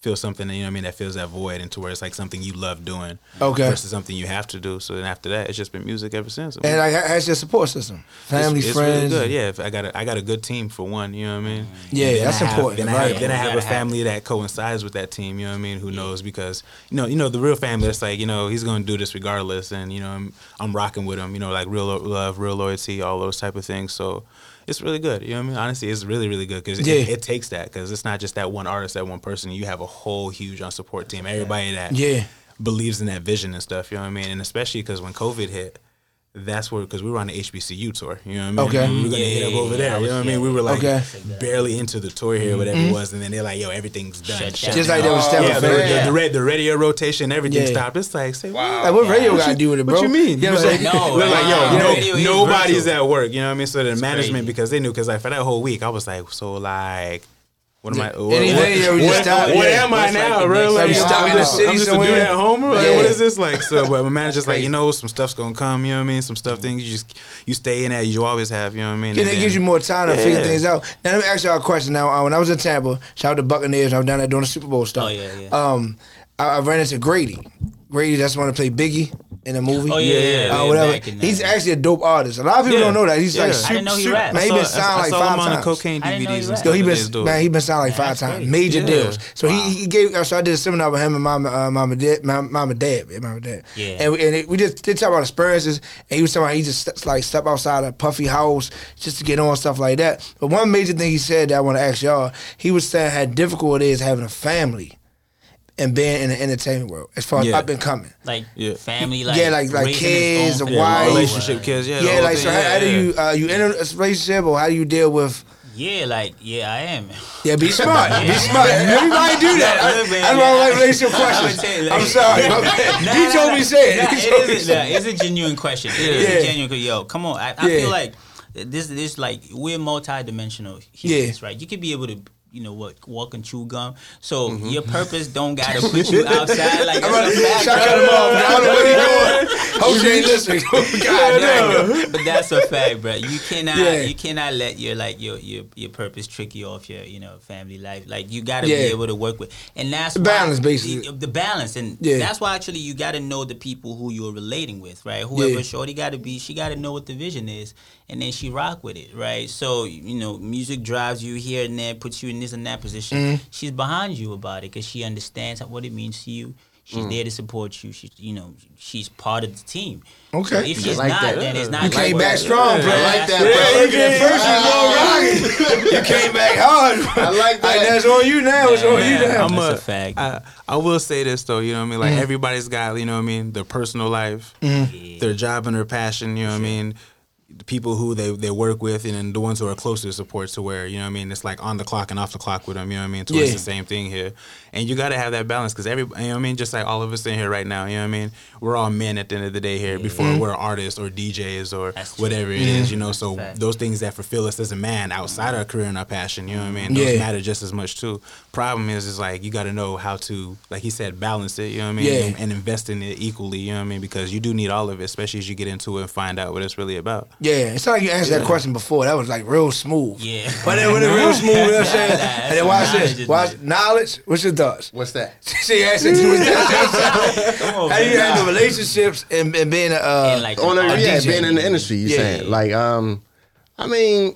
Speaker 4: feel something. You know what I mean? That fills that void into where it's like something you love doing
Speaker 1: Okay.
Speaker 4: versus something you have to do. So then after that, it's just been music ever since.
Speaker 1: And like, how- how's your support system?
Speaker 4: It's-
Speaker 1: Family,
Speaker 4: it's
Speaker 1: friends.
Speaker 4: really good. Yeah, if I got a, I got a good team for one. You know what I mean?
Speaker 1: Yeah,
Speaker 4: And then
Speaker 1: that's
Speaker 4: I have-
Speaker 1: important,
Speaker 4: Then I
Speaker 1: right.
Speaker 4: have, then I
Speaker 2: You
Speaker 4: have a
Speaker 2: gotta have-
Speaker 4: family that coincides with that team. You know what I mean? Who knows? Because you know, you know, the real family. It's like you know, he's gonna do this regardless, and you know, I'm I'm rocking with him. You know, like real lo- love, real loyalty, all those type of things. So. It's really good, you know what I mean. Honestly, it's really, really good because
Speaker 1: Yeah.
Speaker 4: it, it takes that because it's not just that one artist, that one person. You have a whole huge on support team. Everybody that
Speaker 1: Yeah.
Speaker 4: believes in that vision and stuff. You know what I mean? And especially because when COVID hit, that's where because we were on the HBCU tour. You know what I mean?
Speaker 1: Okay.
Speaker 4: We were gonna
Speaker 2: Yeah,
Speaker 4: hit up
Speaker 2: yeah,
Speaker 4: over
Speaker 2: yeah,
Speaker 4: there.
Speaker 2: I
Speaker 4: you
Speaker 2: was-
Speaker 4: know what I
Speaker 2: yeah.
Speaker 4: mean? We were like
Speaker 1: Okay. Mm-hmm.
Speaker 4: barely into the tour here, whatever it was, and then they're like, "Yo, everything's done."
Speaker 2: Shut
Speaker 4: Shut
Speaker 1: Just
Speaker 4: down.
Speaker 1: like they was
Speaker 3: Oh,
Speaker 1: stepping
Speaker 4: yeah, the,
Speaker 1: back.
Speaker 4: the-
Speaker 2: Yeah.
Speaker 4: the, ra- the radio rotation, everything
Speaker 1: Yeah.
Speaker 4: stopped. It's like, say,
Speaker 3: Wow.
Speaker 4: wow.
Speaker 1: Like, what
Speaker 2: Yeah.
Speaker 1: radio
Speaker 2: What
Speaker 1: got to
Speaker 4: you-
Speaker 1: do with it,
Speaker 4: what
Speaker 1: bro?
Speaker 4: you mean?
Speaker 1: You know what I'm saying?
Speaker 2: No,
Speaker 4: We're like, yo,
Speaker 2: Wow.
Speaker 4: no-
Speaker 2: Radio is
Speaker 4: nobody's
Speaker 2: virtual.
Speaker 4: at work. You know what I mean? So the management,
Speaker 2: crazy.
Speaker 4: because they knew, because like for that whole week, I was like, so like, what am I? What,
Speaker 1: Any
Speaker 4: what-
Speaker 1: radio, we just
Speaker 4: what-
Speaker 1: stop.
Speaker 4: what
Speaker 1: Yeah.
Speaker 4: am I
Speaker 2: What's like
Speaker 4: now,
Speaker 2: the
Speaker 4: bro?
Speaker 2: next
Speaker 4: Like,
Speaker 1: step? Stop
Speaker 4: I'm
Speaker 1: in the
Speaker 4: just,
Speaker 1: city
Speaker 4: I'm just a
Speaker 1: somewhere?
Speaker 4: dude at home. Like,
Speaker 1: Yeah.
Speaker 4: what is this like? So, but my manager's like, you know, some stuff's gonna come. You know what I mean? Some stuff things you just you stay in that you always have. You know what I mean?
Speaker 1: And
Speaker 4: And
Speaker 1: it
Speaker 4: then-
Speaker 1: gives you more time to figure
Speaker 4: Yeah.
Speaker 1: things out. Now let me ask y'all a question. Now uh, when I was in Tampa, shout out to Buccaneers. I was down there doing the Super Bowl stuff.
Speaker 2: Oh, yeah, yeah.
Speaker 1: Um, I, I ran into Grady. Grady, that's the one that played Biggie in the movie.
Speaker 2: Oh, yeah, yeah, yeah.
Speaker 1: Uh,
Speaker 2: Way
Speaker 1: whatever.
Speaker 2: back in the-
Speaker 1: He's actually a dope artist. A lot of people
Speaker 4: Yeah.
Speaker 1: don't know that. He's like,
Speaker 4: Yeah.
Speaker 1: super,
Speaker 4: I
Speaker 2: didn't know he
Speaker 1: super-
Speaker 2: rapped.
Speaker 1: Man, he
Speaker 4: I
Speaker 1: been
Speaker 4: saw- I-
Speaker 1: signed
Speaker 4: I
Speaker 1: like
Speaker 4: sall
Speaker 1: five
Speaker 4: him on the
Speaker 1: times.
Speaker 4: cocaine
Speaker 2: I didn't know he
Speaker 4: DVDs
Speaker 2: rapped.
Speaker 4: and
Speaker 1: Yo,
Speaker 4: stuff.
Speaker 1: he
Speaker 4: that
Speaker 1: been
Speaker 4: they do.
Speaker 1: man, he been signed like five
Speaker 2: That's
Speaker 1: times,
Speaker 2: crazy.
Speaker 1: major
Speaker 4: Yeah.
Speaker 1: deals. So he, he gave. So I did a seminar with him and mom, uh, mom and dad, mom, mom and dad, yeah, mom and dad.
Speaker 2: Yeah.
Speaker 1: And, we- and it, we just did talk about experiences, and he was talking about he just steps, like step outside a puffy house just to get on stuff like that. But one major thing he said that I want to ask y'all, he was saying how difficult it is having a family and being in the entertainment world as far as
Speaker 4: Yeah.
Speaker 1: up and coming.
Speaker 2: Like
Speaker 4: Yeah.
Speaker 2: family, like
Speaker 1: Yeah, like- like
Speaker 2: raising his
Speaker 1: kids,
Speaker 2: own
Speaker 1: a
Speaker 2: family.
Speaker 1: wife.
Speaker 4: relationship kids. Yeah, the
Speaker 1: Yeah,
Speaker 4: whole
Speaker 1: like
Speaker 4: thing.
Speaker 1: so, how,
Speaker 4: Yeah,
Speaker 1: how do
Speaker 4: yeah.
Speaker 1: you uh, you enter a relationship or how do you deal with?
Speaker 2: Yeah, like yeah, I am.
Speaker 1: Yeah, be smart. Be
Speaker 2: Yeah.
Speaker 1: smart. Everybody do that.
Speaker 2: Yeah,
Speaker 1: I,
Speaker 2: look, man,
Speaker 1: I don't
Speaker 2: yeah.
Speaker 1: like racial questions.
Speaker 2: would say, like-
Speaker 1: I'm sorry. my bad.
Speaker 2: Nah,
Speaker 1: he
Speaker 2: nah,
Speaker 1: told
Speaker 2: nah.
Speaker 1: me say it.
Speaker 2: Nah,
Speaker 1: He
Speaker 2: it
Speaker 1: told me
Speaker 2: is,
Speaker 1: say
Speaker 2: nah,
Speaker 1: it.
Speaker 2: it's a genuine question. It is
Speaker 1: Yeah.
Speaker 2: a genuine. Yo, come on. I, I
Speaker 1: Yeah.
Speaker 2: feel like this. This like we're multidimensional humans, right? You could be able to. You know what? Walk and chew gum. So your purpose don't gotta put you outside. Like
Speaker 1: Mm-hmm. I'm about
Speaker 2: that's
Speaker 1: to
Speaker 2: a fact,
Speaker 1: shout
Speaker 2: bro.
Speaker 1: out him off. I don't know what he's doing. Hope you ain't listening. God damn.
Speaker 2: but that's a fact, bro. You cannot
Speaker 1: Yeah.
Speaker 2: you cannot let your like your your your purpose trick you off your you know family life. Like you got to
Speaker 1: Yeah.
Speaker 2: be able to work with, and that's
Speaker 1: The
Speaker 2: why-
Speaker 1: balance, basically.
Speaker 2: the, the balance, and
Speaker 1: Yeah.
Speaker 2: that's why actually you got to know the people who you're relating with, right? Whoever
Speaker 1: Yeah.
Speaker 2: Shorty got to be, she got to know what the vision is, and then she rock with it, right? So you know, music drives you here and there, puts you in this and that position.
Speaker 1: Mm-hmm.
Speaker 2: She's behind you about it because she understands what it means to you. She's
Speaker 1: Mm.
Speaker 2: there to support you. She's you know she's part of the team.
Speaker 1: Okay.
Speaker 2: So if she's
Speaker 3: like
Speaker 2: not,
Speaker 3: that.
Speaker 2: then it's
Speaker 3: You
Speaker 2: not.
Speaker 1: You
Speaker 2: gonna
Speaker 1: came
Speaker 2: work.
Speaker 1: back strong, bro.
Speaker 3: I like that,
Speaker 1: Yeah,
Speaker 3: bro.
Speaker 1: you came first. You was on rocket. You came back hard. bro.
Speaker 3: I like that.
Speaker 1: That's on you now. It's on you
Speaker 2: Man,
Speaker 1: now.
Speaker 2: I'm
Speaker 4: I'm
Speaker 2: That's
Speaker 4: a,
Speaker 2: a fact.
Speaker 4: I, I will say this though, you know what I mean?
Speaker 1: Mm.
Speaker 4: Like everybody's got, you know what I mean, their personal life, their job and their passion, you know what I mean? The people who they, they work with and then the ones who are closest support to where, you know what I mean, it's like on the clock and off the clock with them, you know what I mean? So
Speaker 1: Yeah.
Speaker 4: it's the same thing here. And you gotta have that balance because every you know what I mean, just like all of us in here right now, you know what I mean? We're all men at the end of the day here before
Speaker 1: Mm.
Speaker 4: we're artists or DJs or
Speaker 2: That's true.
Speaker 4: whatever it is, you know. So
Speaker 2: Fact.
Speaker 4: those things that fulfill us as a man outside our career and our passion, you know what I mean? Those
Speaker 1: Yeah.
Speaker 4: matter matter just as much too. Problem is, is like you got to know how to, like he said, balance it. You know what I mean?
Speaker 1: Yeah.
Speaker 4: And, and invest in it equally. You know what I mean? Because you do need all of it, especially as you get into it and find out what it's really about.
Speaker 1: Yeah, it's not like you answered that question before. That was like real smooth.
Speaker 2: Yeah.
Speaker 1: But then when it real smooth, you know what I'm saying? And then watch this.
Speaker 2: Knowledge,
Speaker 1: Watch
Speaker 2: isn't
Speaker 1: knowledge. What's your thoughts?
Speaker 3: What's that?
Speaker 1: See, I said you was that.
Speaker 2: Come on,
Speaker 1: How do you
Speaker 2: man.
Speaker 1: handle relationships and, and being a uh,
Speaker 2: And, like,
Speaker 3: Oh no,
Speaker 2: a
Speaker 3: yeah,
Speaker 1: DJ.
Speaker 3: being in the industry, you
Speaker 1: Yeah.
Speaker 3: saying like, um, I mean,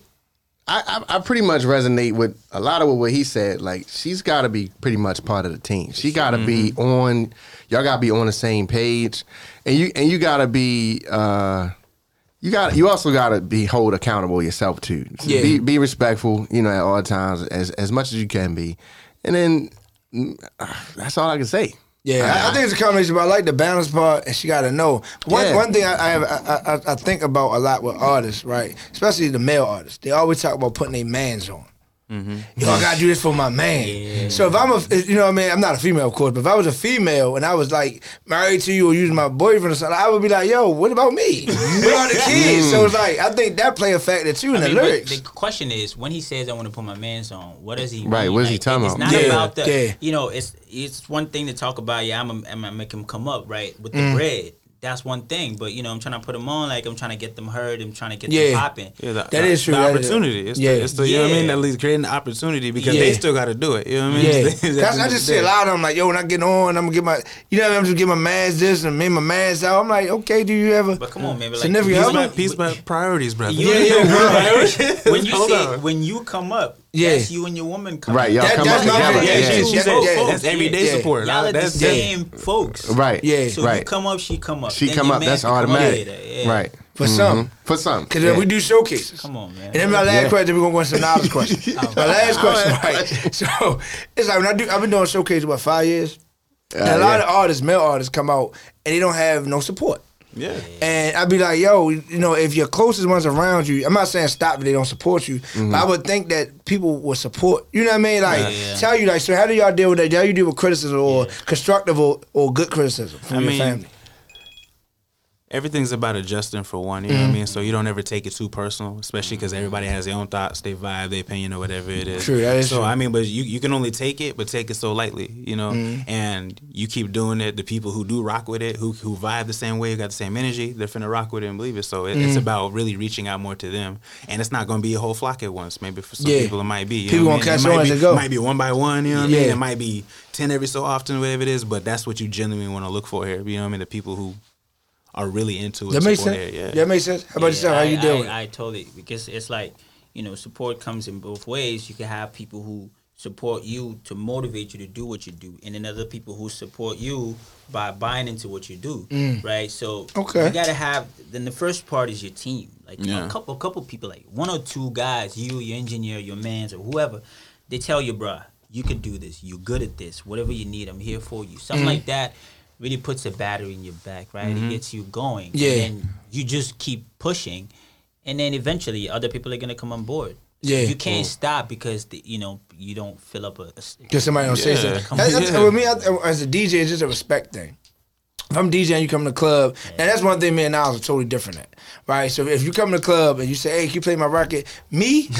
Speaker 3: I, I I pretty much resonate with a lot of what he said. Like, she's got to be pretty much part of the team. She got to be
Speaker 1: Mm-hmm.
Speaker 3: on. Y'all got to be on the same page, and you and you got to be. uh you got. You also got to be hold accountable yourself too.
Speaker 1: Yeah.
Speaker 3: Be, be respectful. You know, at all times, as as much as you can be, and then mm, that's all I can say.
Speaker 1: Yeah, I, I think it's a combination, but I like the balance part, and she got to know. One
Speaker 3: Yeah.
Speaker 1: one thing I I, have, I I I think about a lot with artists, right? Especially the male artists, they always talk about putting their man's on.
Speaker 2: Mm-hmm.
Speaker 1: Yo, I gotta do this for my man. So if I'm a, if- you know, what I mean, I'm not a female, of course, but if I was a female and I was like married to you or using my boyfriend or something, I would be like, yo, what about me? what about the kids? so it's like I think that play a factor too in
Speaker 2: I mean,
Speaker 1: the
Speaker 2: but
Speaker 1: lyrics.
Speaker 2: the question is, when he says, "I want to put my man's on," what does he
Speaker 3: Right,
Speaker 2: mean?
Speaker 3: what is he
Speaker 2: Like,
Speaker 3: talking
Speaker 2: it's
Speaker 3: about?
Speaker 2: not
Speaker 1: Yeah,
Speaker 2: about the.
Speaker 1: yeah.
Speaker 2: You know, it's it's one thing to talk about. Yeah, I'm a, I'm gonna make him come up right with the
Speaker 1: Mm.
Speaker 2: bread. That's one thing, but you know, I'm trying to put them on. Like I'm trying to get them heard. I'm trying to get
Speaker 1: Yeah.
Speaker 2: them popping.
Speaker 4: Yeah, the,
Speaker 1: That
Speaker 4: the-
Speaker 1: is true.
Speaker 4: The
Speaker 1: That is-
Speaker 4: opportunity. It's
Speaker 1: yeah.
Speaker 4: The, it's the, You know what I mean?
Speaker 2: Yeah.
Speaker 4: At least creating the opportunity because they
Speaker 1: Yeah.
Speaker 4: still got to do it. You know what I mean?
Speaker 1: Yeah,
Speaker 4: At the
Speaker 1: That's- I
Speaker 4: end
Speaker 1: just
Speaker 4: of the
Speaker 1: see a
Speaker 4: day.
Speaker 1: lot of them like, yo, when I get on, I'm gonna get my, you know, what I mean? I'm just get my man's this and me and my man's out. I'm like, okay, do you ever?
Speaker 2: But come on, man. Like,
Speaker 1: Significant
Speaker 2: you-
Speaker 4: Peace
Speaker 1: other?
Speaker 4: by,
Speaker 1: Yeah.
Speaker 4: peace by priorities, brother.
Speaker 2: You,
Speaker 1: Yeah, yeah,
Speaker 2: when you
Speaker 4: Hold
Speaker 2: say
Speaker 4: on.
Speaker 2: when you come up,
Speaker 1: Yeah.
Speaker 2: that's you and your woman come
Speaker 3: Right,
Speaker 2: up.
Speaker 3: y'all
Speaker 1: That-
Speaker 3: come
Speaker 1: that's
Speaker 3: up
Speaker 1: my
Speaker 3: together.
Speaker 1: thing.
Speaker 4: Yeah,
Speaker 1: Yeah,
Speaker 4: she-
Speaker 1: yeah,
Speaker 4: she
Speaker 1: yeah,
Speaker 4: said
Speaker 1: yeah.
Speaker 4: that's everyday
Speaker 1: Yeah.
Speaker 4: support.
Speaker 2: Y'all are the
Speaker 4: That's
Speaker 1: yeah.
Speaker 2: same folks.
Speaker 3: Right.
Speaker 1: Yeah.
Speaker 2: So you
Speaker 3: right.
Speaker 2: come up, she come up.
Speaker 3: she
Speaker 2: Then
Speaker 3: come
Speaker 2: your
Speaker 3: up.
Speaker 2: man
Speaker 3: That's
Speaker 2: can come up
Speaker 3: automatic.
Speaker 2: later, yeah.
Speaker 3: Right.
Speaker 1: For some.
Speaker 3: For some.
Speaker 1: Because
Speaker 3: Mm-hmm. yeah.
Speaker 1: we do showcases.
Speaker 2: Come on, man.
Speaker 1: And then my last
Speaker 3: Yeah.
Speaker 1: question, we're gonna go into some knowledge question. My last question,
Speaker 3: Alright.
Speaker 1: right? So it's like when I do, I've been doing showcases about five years. And
Speaker 3: Uh,
Speaker 1: a lot
Speaker 3: yeah.
Speaker 1: of artists, male artists, come out and they don't have no support.
Speaker 4: Yeah.
Speaker 1: And I'd be like, yo, you know, if your closest ones around you, I'm not saying stop if they don't support you, but I would think that people would support. You know what I mean? Like,
Speaker 2: Right, Mm-hmm. yeah.
Speaker 1: tell you, like, so how do y'all deal with that? How you deal with criticism or constructive or, or good criticism from
Speaker 4: I
Speaker 1: your
Speaker 4: mean,
Speaker 1: family?
Speaker 4: everything's about adjusting for one. You know
Speaker 1: Mm-hmm.
Speaker 4: what I mean? So you don't ever take it too personal, especially because everybody has their own thoughts, their vibe, their opinion, or whatever it is.
Speaker 1: True, that is
Speaker 4: so
Speaker 1: true.
Speaker 4: I mean, but you, you can only take it, but take it so lightly, you know.
Speaker 1: Mm-hmm.
Speaker 4: And you keep doing it. The people who do rock with it, who who vibe the same way, who got the same energy, they're finna rock with it and believe it. So it, it's
Speaker 1: Mm-hmm.
Speaker 4: about really reaching out more to them. And it's not gonna be a whole flock at once. Maybe for some
Speaker 1: Yeah.
Speaker 4: people it might be. You
Speaker 1: People gonna
Speaker 4: know what I mean?
Speaker 1: catch
Speaker 4: It might
Speaker 1: on as
Speaker 4: be-
Speaker 1: they go.
Speaker 4: Might be one by one. You know what I mean?
Speaker 1: Yeah.
Speaker 4: It might be ten every so often, whatever it is. But that's what you genuinely want to look for here. You know what I mean? The people who are really into it.
Speaker 1: That makes
Speaker 4: support
Speaker 1: sense.
Speaker 4: it, Yeah.
Speaker 1: That makes sense. How about yourself? How
Speaker 2: I,
Speaker 1: you
Speaker 2: I-
Speaker 1: deal with it?
Speaker 2: I, totally because it's like you know support comes in both ways. You can have people who support you to motivate you to do what you do, and then other people who support you by buying into what you do. Right. So
Speaker 1: Mm. Okay.
Speaker 2: you gotta have. Then the first part is your team. Like
Speaker 4: Yeah.
Speaker 2: a couple, a couple people, like one or two guys, you, your engineer, your man's, or whoever, they tell you, bruh, you can do this. You're good at this. Whatever you need, I'm here for you. Something
Speaker 1: Mm.
Speaker 2: like that really puts a battery in your back, right? It gets you going.
Speaker 1: Yeah.
Speaker 2: And then you just keep pushing, and then eventually other people are gonna come on board.
Speaker 1: Yeah.
Speaker 2: you can't stop because the, you know you don't fill up a. a
Speaker 1: Because somebody don't say
Speaker 4: Yeah.
Speaker 1: something.
Speaker 2: Come
Speaker 1: That's-
Speaker 2: on.
Speaker 1: that's- With me, I, as a DJ, it's just a respect thing. If I'm DJing, you come to the club, and that's one thing me and Niles are totally different at, right? So if you come to the club and you say, "Hey, can you play my record?" Me,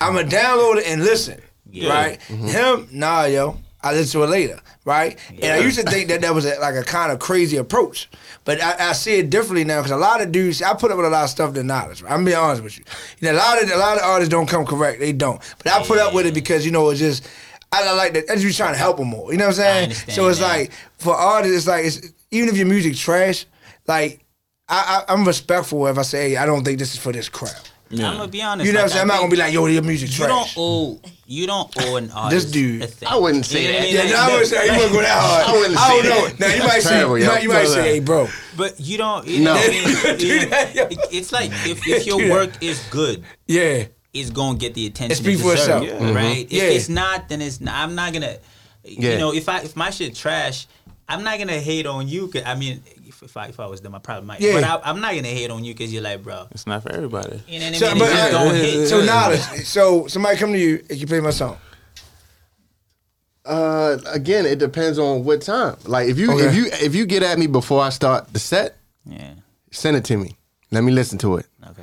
Speaker 1: I'm gonna download it and listen,
Speaker 2: Yeah. Mm-hmm.
Speaker 1: right? Him, nah, yo, I listen to it later, right? And I used to think that that was a, like a kind of crazy approach, but I, I see it differently now because a lot of dudes, I put up with a lot of stuff than Niles. Right? I'm being honest with you. you know, a lot of a lot of artists don't come correct, they don't, but I put up with it because you know it's just. I like that. I'm just trying to help them more. You know what I'm saying?
Speaker 2: understand
Speaker 1: So it's
Speaker 2: that.
Speaker 1: like for artists, it's like it's, even if your music trash, like I, I, I'm respectful if I say hey, I don't think this is for this crowd.
Speaker 2: I'm gonna be honest.
Speaker 1: You know what I'm
Speaker 2: like,
Speaker 1: saying? I'm
Speaker 2: I
Speaker 1: not gonna
Speaker 2: think
Speaker 1: be like, yo, your music
Speaker 2: You don't
Speaker 1: trash.
Speaker 2: owe. You don't owe an artist.
Speaker 1: dude.
Speaker 2: a thing.
Speaker 3: I wouldn't say
Speaker 2: You know what
Speaker 3: that.
Speaker 1: Yeah, no, I
Speaker 2: I mean? Like,
Speaker 1: wouldn't say you wouldn't go that hard.
Speaker 3: I wouldn't
Speaker 1: I don't
Speaker 3: say
Speaker 1: know.
Speaker 3: that.
Speaker 1: Now you might
Speaker 3: That's
Speaker 1: say,
Speaker 3: terrible,
Speaker 1: you
Speaker 3: yo.
Speaker 1: might, you might
Speaker 3: Tell
Speaker 1: say,
Speaker 3: that.
Speaker 1: hey, bro.
Speaker 2: But you don't. You know
Speaker 3: No.
Speaker 2: what I mean?
Speaker 1: Do
Speaker 2: You-
Speaker 1: that, yo.
Speaker 2: it- it's like if, if
Speaker 1: Do
Speaker 2: your
Speaker 1: that.
Speaker 2: work is good,
Speaker 1: Yeah,
Speaker 2: it's gonna get the attention.
Speaker 1: It speak
Speaker 2: it
Speaker 1: for
Speaker 2: deserve,
Speaker 1: itself. Yeah.
Speaker 2: right?
Speaker 1: Yeah.
Speaker 2: If it's not, then it's. Not, I'm not gonna.
Speaker 3: Yeah.
Speaker 2: You know, if I if my shit trash, I'm not gonna hate on you. 'cause- I mean, if, if I if I was them, I probably might.
Speaker 1: Yeah.
Speaker 2: But I, I'm not gonna hate on you because you're like, bro.
Speaker 4: It's not for everybody.
Speaker 2: You know what I
Speaker 1: so,
Speaker 2: mean?
Speaker 1: but,
Speaker 2: It's just
Speaker 1: I-
Speaker 2: gonna hit.
Speaker 1: so knowledge. So somebody come to you and you play my song.
Speaker 3: Uh, again, it depends on what time. Like if you
Speaker 1: Okay.
Speaker 3: if you if you get at me before I start the set,
Speaker 2: yeah.
Speaker 3: send it to me. Let me listen to it.
Speaker 2: Okay.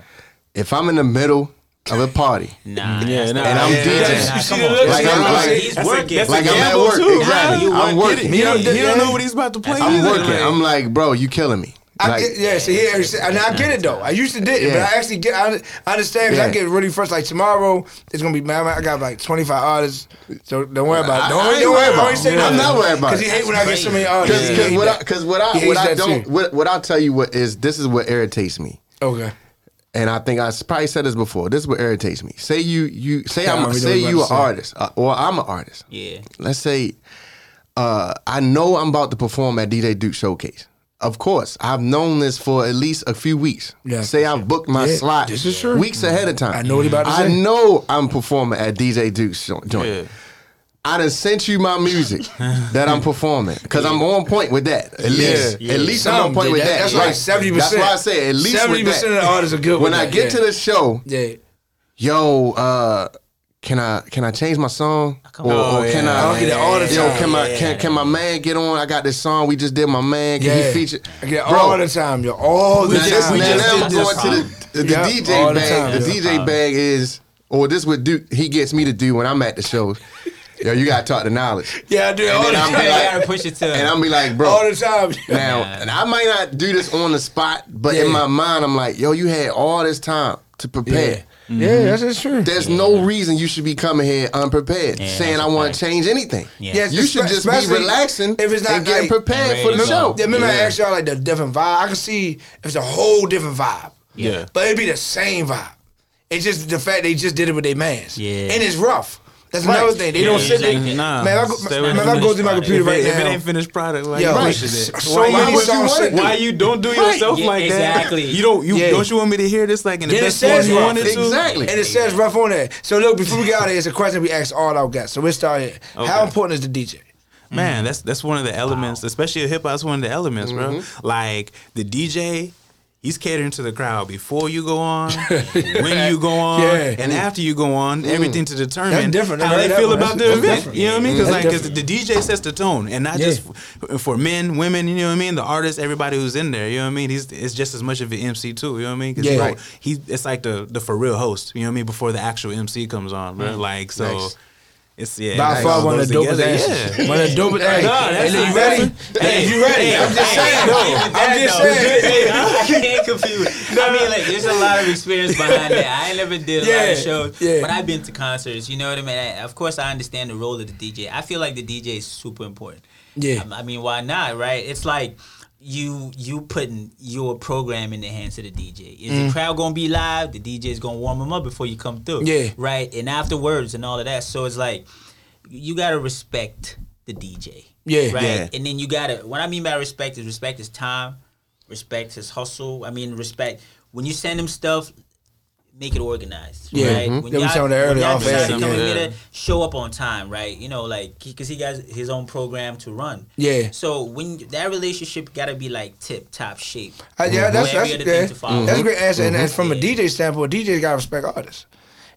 Speaker 3: If I'm in the middle of a party,
Speaker 2: Nah.
Speaker 4: Yeah,
Speaker 2: that's
Speaker 4: nah,
Speaker 2: not-
Speaker 3: And I'm
Speaker 2: nah,
Speaker 3: DJing.
Speaker 2: nah,
Speaker 3: You
Speaker 1: see
Speaker 2: come
Speaker 1: the
Speaker 2: on.
Speaker 1: look?
Speaker 2: Like,
Speaker 3: Like,
Speaker 2: I'm-
Speaker 3: like-
Speaker 2: he's
Speaker 4: that's a-
Speaker 2: working.
Speaker 4: that's a
Speaker 3: like I'm at
Speaker 4: gamble
Speaker 3: work,
Speaker 4: too, bro.
Speaker 3: exactly.
Speaker 4: You
Speaker 3: I'm
Speaker 4: work it.
Speaker 3: working.
Speaker 4: He don't,
Speaker 1: Yeah.
Speaker 4: he don't know what he's about to play.
Speaker 3: I'm
Speaker 4: either.
Speaker 3: working.
Speaker 4: Like,
Speaker 3: I'm like, bro, you killing me.
Speaker 1: I
Speaker 3: Like,
Speaker 1: get, yeah, so here, so- and I get it though. I used to did it,
Speaker 3: Yeah.
Speaker 1: but I actually get, I, I understand because I
Speaker 3: Yeah.
Speaker 1: get really frustrated. Like tomorrow, it's gonna be mad. I got like twenty five artists, so don't worry about it.
Speaker 3: I-
Speaker 1: Don't,
Speaker 3: I
Speaker 1: worry-
Speaker 3: ain't
Speaker 1: don't worry
Speaker 3: worried
Speaker 1: about
Speaker 3: about
Speaker 1: it.
Speaker 3: it. I'm not worried about
Speaker 1: Because
Speaker 3: it.
Speaker 1: he hate when I get so many
Speaker 2: That's
Speaker 1: artists.
Speaker 3: Cause,
Speaker 1: He
Speaker 3: cause
Speaker 1: hate
Speaker 3: what I,
Speaker 1: that.
Speaker 3: cause what I,
Speaker 1: He
Speaker 3: what
Speaker 1: hates
Speaker 3: I
Speaker 1: that
Speaker 3: don't,
Speaker 1: too.
Speaker 3: what, what I'll tell you what is, this is what irritates me.
Speaker 1: Okay.
Speaker 3: And I think I s- probably said this before. This is what irritates me. Say you, you say
Speaker 1: Yeah, I
Speaker 3: I'm,
Speaker 1: already know
Speaker 3: say
Speaker 1: what
Speaker 3: you
Speaker 1: you're
Speaker 3: an
Speaker 1: about
Speaker 3: artist, uh, or I'm an artist.
Speaker 2: Yeah.
Speaker 3: Let's say, uh, I know I'm about to perform at DJ Duke Showcase. Of course, I've known this for at least a few weeks.
Speaker 1: Yeah,
Speaker 3: say
Speaker 1: for
Speaker 3: I've booked my
Speaker 1: Yeah,
Speaker 3: slot
Speaker 1: this is true.
Speaker 3: weeks ahead of time.
Speaker 1: I know what he about to
Speaker 3: I
Speaker 1: say.
Speaker 3: know I'm performing at DJ Duke's jo- joint.
Speaker 4: Yeah.
Speaker 3: I done sent you my music that I'm performing because I'm on point with that. At least,
Speaker 1: Yeah.
Speaker 3: at least I'm on
Speaker 1: Some
Speaker 3: point
Speaker 1: did
Speaker 3: with
Speaker 1: that.
Speaker 3: that.
Speaker 1: That's like 70%.
Speaker 3: That's why I say at least with that.
Speaker 1: 70% of the artists are good
Speaker 3: When
Speaker 1: with
Speaker 3: I
Speaker 1: that,
Speaker 3: get
Speaker 1: yeah.
Speaker 3: to the show,
Speaker 1: Yeah.
Speaker 3: yo, uh, can I can I change my song?
Speaker 2: Come
Speaker 3: Or,
Speaker 2: on.
Speaker 3: or
Speaker 4: Oh,
Speaker 3: can
Speaker 4: yeah.
Speaker 3: I?
Speaker 1: I don't get that all the
Speaker 3: Yo,
Speaker 1: time.
Speaker 3: can my can, can my man get on? I got this song we just did. My man, can
Speaker 1: Yeah.
Speaker 3: he feature?
Speaker 1: I get it
Speaker 3: Bro,
Speaker 1: all the time, yo. All the
Speaker 3: Now, this,
Speaker 1: time.
Speaker 3: now,
Speaker 2: just
Speaker 3: now
Speaker 2: did
Speaker 3: I'm
Speaker 2: this
Speaker 3: going
Speaker 2: song.
Speaker 3: to the, the
Speaker 1: Yep, all
Speaker 3: DJ
Speaker 1: the
Speaker 3: bag.
Speaker 1: time.
Speaker 3: the
Speaker 1: That's
Speaker 3: DJ bag is, or this what Duke he gets me to do when I'm at the shows. Yo, you gotta talk the knowledge.
Speaker 1: yeah, I do it all the
Speaker 3: then I'm
Speaker 1: time.
Speaker 2: You
Speaker 3: like-
Speaker 2: gotta push it to.
Speaker 3: And I'm be like, bro,
Speaker 1: all the time. yo.
Speaker 3: now,
Speaker 2: Yeah.
Speaker 3: and I might not do this on the spot, but in
Speaker 1: Yeah.
Speaker 3: my mind, I'm like, yo, you had all this time to prepare.
Speaker 1: Yeah, yeah that's, that's true.
Speaker 3: There's no reason you should be coming here unprepared,
Speaker 2: Yeah,
Speaker 3: saying
Speaker 2: that's
Speaker 3: I
Speaker 2: a
Speaker 3: want
Speaker 2: fact.
Speaker 3: to change anything.
Speaker 2: Yeah.
Speaker 1: Yes,
Speaker 3: You should
Speaker 1: espe-
Speaker 3: just be
Speaker 1: especially
Speaker 3: relaxing
Speaker 1: if it's not
Speaker 3: and
Speaker 1: like-
Speaker 3: getting prepared for the
Speaker 2: Ready to
Speaker 3: show.
Speaker 2: go.
Speaker 1: Oh. Yeah, remember I
Speaker 3: Yeah.
Speaker 1: asked y'all like the different vibe. I can see it's a whole different vibe.
Speaker 4: Yeah.
Speaker 1: but it'd be the same vibe. It's just the fact they just did it with their mans.
Speaker 2: Yeah.
Speaker 1: and it's rough. That's
Speaker 3: Right.
Speaker 1: another thing. They
Speaker 2: Yeah,
Speaker 1: don't
Speaker 2: yeah,
Speaker 1: sit there.
Speaker 2: exactly.
Speaker 4: Nah,
Speaker 1: Man, if I go-
Speaker 4: stay
Speaker 1: man,
Speaker 4: with
Speaker 1: if
Speaker 4: the
Speaker 1: I go
Speaker 4: finished
Speaker 1: through my
Speaker 4: product.
Speaker 1: computer
Speaker 4: if
Speaker 1: right
Speaker 4: it, If it
Speaker 1: now-
Speaker 4: ain't finished product, like
Speaker 1: Yo,
Speaker 4: why,
Speaker 3: Right.
Speaker 1: so,
Speaker 4: should it?
Speaker 1: so
Speaker 3: Why
Speaker 1: many
Speaker 3: would you
Speaker 1: songs
Speaker 3: want
Speaker 1: sit
Speaker 3: it?
Speaker 1: there.
Speaker 4: Why you don't do yourself
Speaker 2: Yeah,
Speaker 4: like
Speaker 2: exactly.
Speaker 4: that? You don't. You
Speaker 1: Yeah.
Speaker 4: don't. You want me to hear this like in the
Speaker 1: Yeah,
Speaker 4: best
Speaker 1: it
Speaker 4: voice
Speaker 1: says
Speaker 4: you
Speaker 1: rough.
Speaker 4: wanted to?
Speaker 3: Exactly.
Speaker 1: And it says rough on there. So look, before we get out of here, it's a question we asked all our guests. So we'll start here. How
Speaker 4: Okay.
Speaker 1: important is the DJ? Mm-hmm.
Speaker 4: Man, that's that's one of the elements, especially hip hop's one of the elements,
Speaker 1: Mm-hmm.
Speaker 4: bro. Like the DJ, he's catering to the crowd before you go on, when you go on,
Speaker 1: Yeah. Mm.
Speaker 4: and after you go on, everything to determine
Speaker 1: That's different. I
Speaker 4: how
Speaker 1: heard
Speaker 4: they
Speaker 1: that
Speaker 4: feel
Speaker 1: one.
Speaker 4: about
Speaker 1: That's-
Speaker 4: the
Speaker 1: that's
Speaker 4: event.
Speaker 1: different.
Speaker 4: You know what I mean? Because
Speaker 1: That's
Speaker 4: like, 'cause
Speaker 1: different.
Speaker 4: the DJ sets the tone, and not
Speaker 1: Yeah.
Speaker 4: just f- for men, women. You know what I mean? The artists, everybody who's in there. You know what I mean? He's it's just as much of an MC too. You know what I mean? 'Cause,
Speaker 1: Yeah.
Speaker 4: bro,
Speaker 1: Right.
Speaker 4: he it's like the the for real host. You know what I mean? Before the actual MC comes on, bro. Like so.
Speaker 3: Nice.
Speaker 4: It's yeah,
Speaker 1: Mm. By
Speaker 4: it
Speaker 1: far
Speaker 4: all
Speaker 1: one of
Speaker 4: goes
Speaker 1: the dopest
Speaker 4: together.
Speaker 1: asses.
Speaker 4: Yeah.
Speaker 1: One of the dopest asses.
Speaker 4: Nah, that's-
Speaker 1: and then you ready? Hey, you ready?
Speaker 2: Hey,
Speaker 1: I'm just
Speaker 2: hey,
Speaker 1: saying.
Speaker 2: no,
Speaker 1: I'm just
Speaker 2: no.
Speaker 1: saying.
Speaker 2: I can't confuse. I mean, like, there's a lot of experience behind that. I ain't never did a lot
Speaker 1: Yeah,
Speaker 2: of shows,
Speaker 1: yeah.
Speaker 2: but I've been to concerts. You know what I mean? I, of course, I understand the role of the DJ. I feel like the DJ is super important.
Speaker 1: Yeah.
Speaker 2: I, I mean, why not? Right? It's like. You you putting your program in the hands of the DJ. Is
Speaker 1: Mm.
Speaker 2: the crowd gonna be live? The DJ is gonna warm them up before you come through.
Speaker 1: Yeah.
Speaker 2: Right. And afterwards and all of that. So it's like you gotta respect the DJ.
Speaker 1: Yeah.
Speaker 2: Right.
Speaker 3: Yeah.
Speaker 2: And then you gotta what I mean by respect is respect his time, respect his hustle. I mean respect when you send him stuff, make it organized.
Speaker 1: Yeah.
Speaker 2: Right.
Speaker 1: Mhm.
Speaker 2: When
Speaker 1: That was
Speaker 2: y'all-
Speaker 1: some of the
Speaker 2: when
Speaker 1: early
Speaker 2: y'all
Speaker 1: off
Speaker 2: decide
Speaker 1: air,
Speaker 2: to come
Speaker 1: yeah.
Speaker 2: in here to show up on time, right? You know, like because he, got his own program to run.
Speaker 1: Yeah.
Speaker 2: So when you- that relationship gotta be like tip top shape.
Speaker 1: Uh, yeah, that's that's
Speaker 2: Where we had a
Speaker 1: yeah.
Speaker 2: thing to follow. Mm-hmm.
Speaker 1: that's a great answer. And that's from a
Speaker 2: Yeah.
Speaker 1: DJ standpoint, DJs gotta respect artists.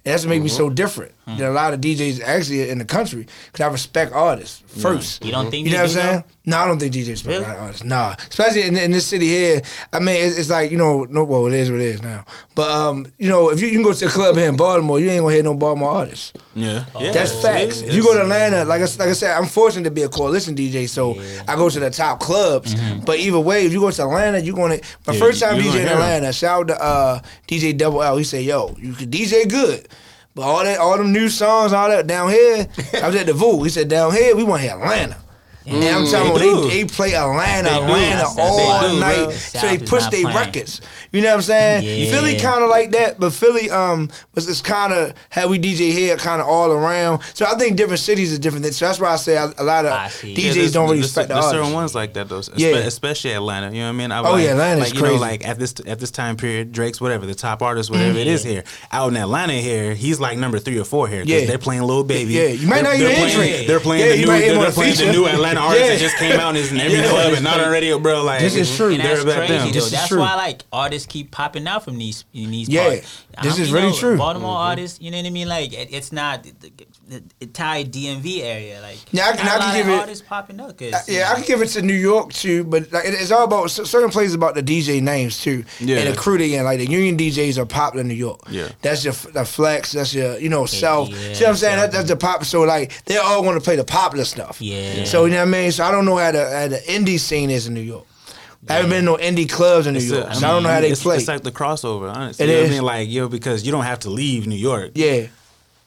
Speaker 1: And that's what make me so
Speaker 2: Mm-hmm.
Speaker 1: different
Speaker 2: Mm.
Speaker 1: than a lot of DJs actually in the country. Cause I respect artists first.
Speaker 2: You don't think
Speaker 1: you know
Speaker 2: you
Speaker 1: what I'm
Speaker 2: do,
Speaker 1: saying? No, I don't think DJs respect a lot of artists. Nah, especially in, in this city here. I mean, it's, it's like you know, no, well, it is what it is now. But um, you know, if you, you can go to a club here in Baltimore, you ain't gonna hear no Baltimore artists.
Speaker 4: Yeah. yeah.
Speaker 1: That's facts. You go to Atlanta, like I, s- like I said, I'm fortunate to be a coalition DJ, so I go to the top clubs. But either way, if you go to Atlanta, you're going to. My
Speaker 4: Yeah,
Speaker 1: first
Speaker 4: you-
Speaker 1: time
Speaker 4: you
Speaker 1: DJ in
Speaker 4: gonna hear 'em.
Speaker 1: Atlanta, shout out to uh, DJ Double L. He said, "Yo, you can DJ good." But all that, all them new songs, all that down here, I was at the Voo. He said, "Down here, we want to hear Atlanta." And I'm talking
Speaker 4: They
Speaker 1: about
Speaker 4: do.
Speaker 1: they, they play Atlanta,
Speaker 2: They do.
Speaker 1: Atlanta
Speaker 2: They
Speaker 1: all
Speaker 4: do,
Speaker 1: night.
Speaker 4: bro.
Speaker 1: So
Speaker 2: South
Speaker 1: they
Speaker 2: is
Speaker 1: push
Speaker 2: not
Speaker 1: their
Speaker 2: playing.
Speaker 1: records. You know what I'm saying?
Speaker 2: Yeah.
Speaker 1: Philly kind of like that, but Philly um was just kind of how we DJ here, kind of all around. So I think different cities are different things. So that's why I say a, a lot of
Speaker 2: I see.
Speaker 1: DJs
Speaker 4: there's-
Speaker 1: don't really
Speaker 4: there's-
Speaker 1: respect the
Speaker 4: there's
Speaker 1: artists.
Speaker 4: certain ones like that though, espe-
Speaker 1: Yeah.
Speaker 4: especially Atlanta. You know what I mean? I,
Speaker 1: Oh, yeah, Atlanta's
Speaker 4: like, you
Speaker 1: crazy.
Speaker 4: Know, like at this at this time period, Drake's whatever the top artist, whatever it is here out in Atlanta here, he's like number three or four here. 'cause
Speaker 1: Mm-hmm. Yeah.
Speaker 4: they're playing Lil Baby.
Speaker 1: Yeah, you might
Speaker 4: they're,
Speaker 1: not
Speaker 4: they're
Speaker 1: even
Speaker 4: playing,
Speaker 1: hear it.
Speaker 4: They're playing
Speaker 1: Yeah,
Speaker 4: the
Speaker 1: you
Speaker 4: new.
Speaker 1: might hear
Speaker 4: They're,
Speaker 1: him on
Speaker 4: they're
Speaker 1: a
Speaker 4: playing the
Speaker 1: feature.
Speaker 4: new Atlanta artist
Speaker 1: Yeah.
Speaker 4: that just came out and is in every
Speaker 1: Yeah.
Speaker 4: club and not on radio, bro. Like
Speaker 1: This is true.
Speaker 2: And that's
Speaker 4: they're about
Speaker 2: crazy
Speaker 4: them.
Speaker 2: though.
Speaker 1: This is
Speaker 2: that's
Speaker 1: true.
Speaker 2: why like artists keep popping out from these in these
Speaker 1: Yeah,
Speaker 2: parts. I
Speaker 1: this
Speaker 2: don't-
Speaker 1: is
Speaker 2: you
Speaker 1: really
Speaker 2: know,
Speaker 1: true.
Speaker 2: Baltimore artists, you know what I mean? Like it, it's not the, the, the entire DMV area. Like
Speaker 1: Yeah, I can- I can
Speaker 2: not a lot
Speaker 1: give
Speaker 2: of
Speaker 1: it-
Speaker 2: artists popping up. 'cause, you
Speaker 1: Uh, Yeah, I
Speaker 2: know,
Speaker 1: can give it to New York too, but like, it- it's all about cer- certain places about the DJ names too,
Speaker 4: Yeah.
Speaker 1: and the crew they in. Like the Union DJs are popular in New York.
Speaker 4: Yeah.
Speaker 1: that's your f- the flex. That's your you know self. See what
Speaker 2: yeah,
Speaker 1: I'm saying? That, that's the pop. So like they all want to play the popular stuff.
Speaker 2: Yeah.
Speaker 1: So you know what I mean? So I don't know how the how the indie scene is in New York. I haven't been to no indie clubs in New
Speaker 4: It's
Speaker 1: York,
Speaker 4: a-
Speaker 1: so I don't know how they
Speaker 4: it's,
Speaker 1: play.
Speaker 4: It's like the crossover, honestly.
Speaker 1: It
Speaker 4: you know
Speaker 1: is.
Speaker 4: what I mean? Like, yo, because you don't have to leave New York.
Speaker 1: yeah.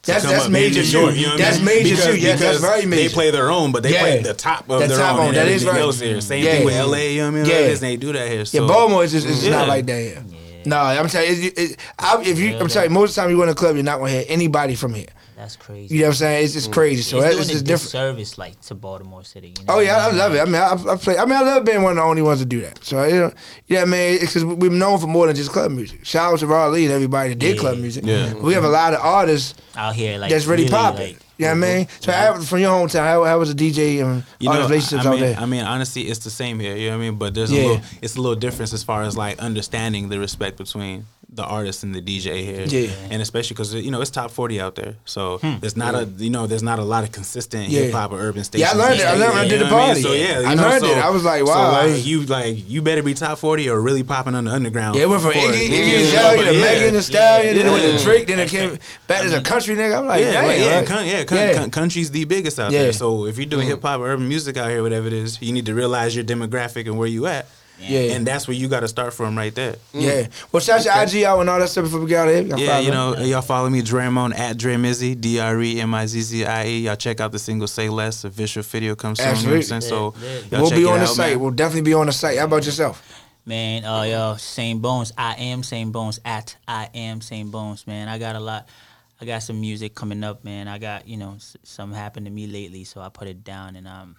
Speaker 1: That's,
Speaker 4: come
Speaker 1: that's
Speaker 4: up in
Speaker 1: major
Speaker 4: New
Speaker 1: too.
Speaker 4: York, you know what I
Speaker 1: that's
Speaker 4: mean?
Speaker 1: major
Speaker 4: Because-
Speaker 1: too. Yeah, that's
Speaker 4: because
Speaker 1: very major.
Speaker 4: They play their own, but they
Speaker 1: Yeah.
Speaker 4: play the top of
Speaker 1: The
Speaker 4: their
Speaker 1: top
Speaker 4: own.
Speaker 1: own,
Speaker 4: and
Speaker 1: that is
Speaker 4: everything
Speaker 1: right.
Speaker 4: else here. Same
Speaker 1: Yeah.
Speaker 4: thing with LA. You know what I mean?
Speaker 1: Yeah.
Speaker 4: Like, this, they do that here. So.
Speaker 1: Yeah, Baltimore is just, it's just not
Speaker 4: Yeah.
Speaker 1: like that here. No, I'm telling you, it, it, I, if you, I'm telling you, most of the time you go in a club, you're not gonna hear anybody from here.
Speaker 2: that's crazy.
Speaker 1: You know what I'm saying? It's just crazy. So that-
Speaker 2: it's
Speaker 1: it's
Speaker 2: doing a
Speaker 1: just different.
Speaker 2: disservice like to Baltimore City. You know
Speaker 1: Oh
Speaker 2: what
Speaker 1: yeah, I
Speaker 2: mean?
Speaker 1: love it. I mean, I, I play. I mean, I love being one of the only ones to do that. So you know, yeah, man, because we're known for more than just club music. Shout out to Raw Lee and everybody that did
Speaker 2: Yeah.
Speaker 1: club music.
Speaker 4: Yeah.
Speaker 1: we have a lot of artists
Speaker 2: out here like
Speaker 1: that's really, popping.
Speaker 2: like,
Speaker 1: you know what I mean? So how, from your hometown, how, how was the DJ and
Speaker 4: You
Speaker 1: artist
Speaker 4: know,
Speaker 1: relationships
Speaker 4: I
Speaker 1: out
Speaker 4: mean,
Speaker 1: there?
Speaker 4: I mean, honestly, it's the same here. You know what I mean? But there's
Speaker 1: Yeah.
Speaker 4: a little, it's a little difference as far as like understanding the respect between the artist and the DJ here.
Speaker 1: Yeah. Hmm.
Speaker 4: And especially because you know it's top forty out there, so there's not a you know there's not a lot of consistent
Speaker 1: Yeah.
Speaker 4: hip hop or urban
Speaker 1: Yeah, I
Speaker 4: stations.
Speaker 1: learned it. I learned when I
Speaker 4: You
Speaker 1: did
Speaker 4: know
Speaker 1: the
Speaker 4: what mean?
Speaker 1: party.
Speaker 4: So yeah, you
Speaker 1: I
Speaker 4: know,
Speaker 1: learned
Speaker 4: so-
Speaker 1: it. I was like, wow.
Speaker 4: So like you like you better be top forty or really popping on the underground.
Speaker 1: Yeah, it went from
Speaker 4: for it.
Speaker 1: Iggy,
Speaker 4: Yeah,
Speaker 1: Iggy
Speaker 4: yeah,
Speaker 1: Azalea
Speaker 4: but
Speaker 1: to
Speaker 4: yeah.
Speaker 1: Megan Thee Stallion, then it went
Speaker 4: Yeah. Mm-hmm.
Speaker 1: to Drake, then it came back as a country nigga. I'm like,
Speaker 4: Yeah,
Speaker 1: dang,
Speaker 4: like, yeah,
Speaker 1: like-
Speaker 4: con- yeah, con- con- country's the biggest out
Speaker 1: Yeah.
Speaker 4: there. So if you're doing
Speaker 2: Mm-hmm.
Speaker 4: hip hop or urban music out here, whatever it is, you need to realize your demographic and where you at.
Speaker 1: Yeah.
Speaker 4: and that's where you got to start from right there.
Speaker 1: Yeah. Well, shout out to IG out and all that stuff before we get out of here. Y'all
Speaker 4: Yeah,
Speaker 1: follow
Speaker 4: you
Speaker 1: me.
Speaker 4: know, y'all follow me, Dremon at Dremizzy, D R E M I Z Z I E. Y'all check out the single "Say Less." Official video comes soon. You know what I'm saying? So
Speaker 2: Absolutely. Yeah, yeah.
Speaker 4: y'all
Speaker 1: We'll
Speaker 4: check
Speaker 1: be
Speaker 4: it
Speaker 1: on the
Speaker 4: out,
Speaker 1: site.
Speaker 4: man.
Speaker 1: We'll definitely be on the site. How about yourself?
Speaker 2: Man, uh, yo, same bones. I am same bones at I am same bones. Man, I got a lot. I got some music coming up, man. I got you know s- something happened to me lately, so I put it down. And um,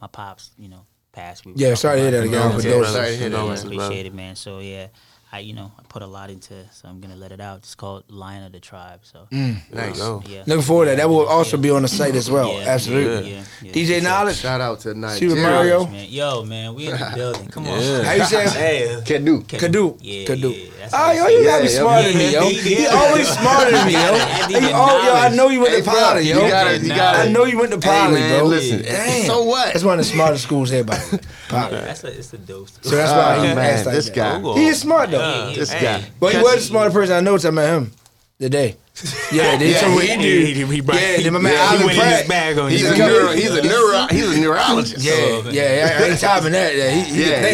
Speaker 2: my pops, you know, passed. We were
Speaker 1: Yeah,
Speaker 2: talking
Speaker 1: sorry to hear
Speaker 2: about
Speaker 1: that
Speaker 2: it.
Speaker 1: again.
Speaker 3: Yeah,
Speaker 1: Condolences.
Speaker 3: sorry to hear that,
Speaker 2: Yeah,
Speaker 3: man.
Speaker 2: appreciate it, man. So yeah, I you know I put a lot into, it, so I'm gonna let it out. It's called Lion of the Tribe. So
Speaker 1: Mm.
Speaker 3: Nice.
Speaker 4: Go.
Speaker 2: yeah,
Speaker 1: Looking forward to that. That will also be on the site as well.
Speaker 2: Yeah,
Speaker 1: Absolutely.
Speaker 2: yeah, yeah.
Speaker 1: DJ Knowledge,
Speaker 3: Shout out to
Speaker 1: Super
Speaker 3: Nigeria.
Speaker 1: Mario.
Speaker 2: man. Yo, man, we in the building. Come on.
Speaker 1: how you saying?
Speaker 4: Hey,
Speaker 3: Can do.
Speaker 1: Kadu.
Speaker 2: Yeah,
Speaker 1: Kadu.
Speaker 2: yeah, that's
Speaker 1: oh,
Speaker 2: how you
Speaker 1: yo,
Speaker 2: say
Speaker 1: you
Speaker 2: it.
Speaker 1: gotta be
Speaker 3: Yeah,
Speaker 1: smarter than
Speaker 2: yeah.
Speaker 1: me, yo.
Speaker 2: Yeah.
Speaker 1: You always smarter than me, yo.
Speaker 2: Yeah,
Speaker 1: You
Speaker 2: yeah.
Speaker 1: all, yo, I know you went
Speaker 3: Hey,
Speaker 1: to
Speaker 3: bro,
Speaker 1: Poly, yo.
Speaker 3: you gotta-
Speaker 2: you gotta-
Speaker 1: I know you went to
Speaker 3: Hey,
Speaker 1: Poly,
Speaker 3: man,
Speaker 1: bro.
Speaker 3: listen,
Speaker 1: Damn.
Speaker 3: so what?
Speaker 1: That's one of the smartest schools everybody. Poly.
Speaker 2: That's a it's a dope. story.
Speaker 1: So that's
Speaker 3: Oh,
Speaker 1: why he
Speaker 3: man,
Speaker 1: passed like
Speaker 3: this
Speaker 1: that.
Speaker 3: guy.
Speaker 1: He is smart though.
Speaker 3: This
Speaker 2: Hey.
Speaker 3: guy.
Speaker 1: But he was a smarter person I know until I met him today. Yeah, they
Speaker 3: Yeah,
Speaker 1: told me
Speaker 4: he-
Speaker 1: what he did.
Speaker 4: he- he- he brought-
Speaker 1: yeah, then my man
Speaker 4: yeah, he
Speaker 1: Alan
Speaker 4: went in his
Speaker 1: Pratt.
Speaker 4: bag on
Speaker 3: He's
Speaker 4: you.
Speaker 3: a neuro. He's a neuro. He's a neurologist.
Speaker 1: Yeah, yeah, I ain't topping that. Yeah, he, he
Speaker 3: Yeah.
Speaker 1: yeah.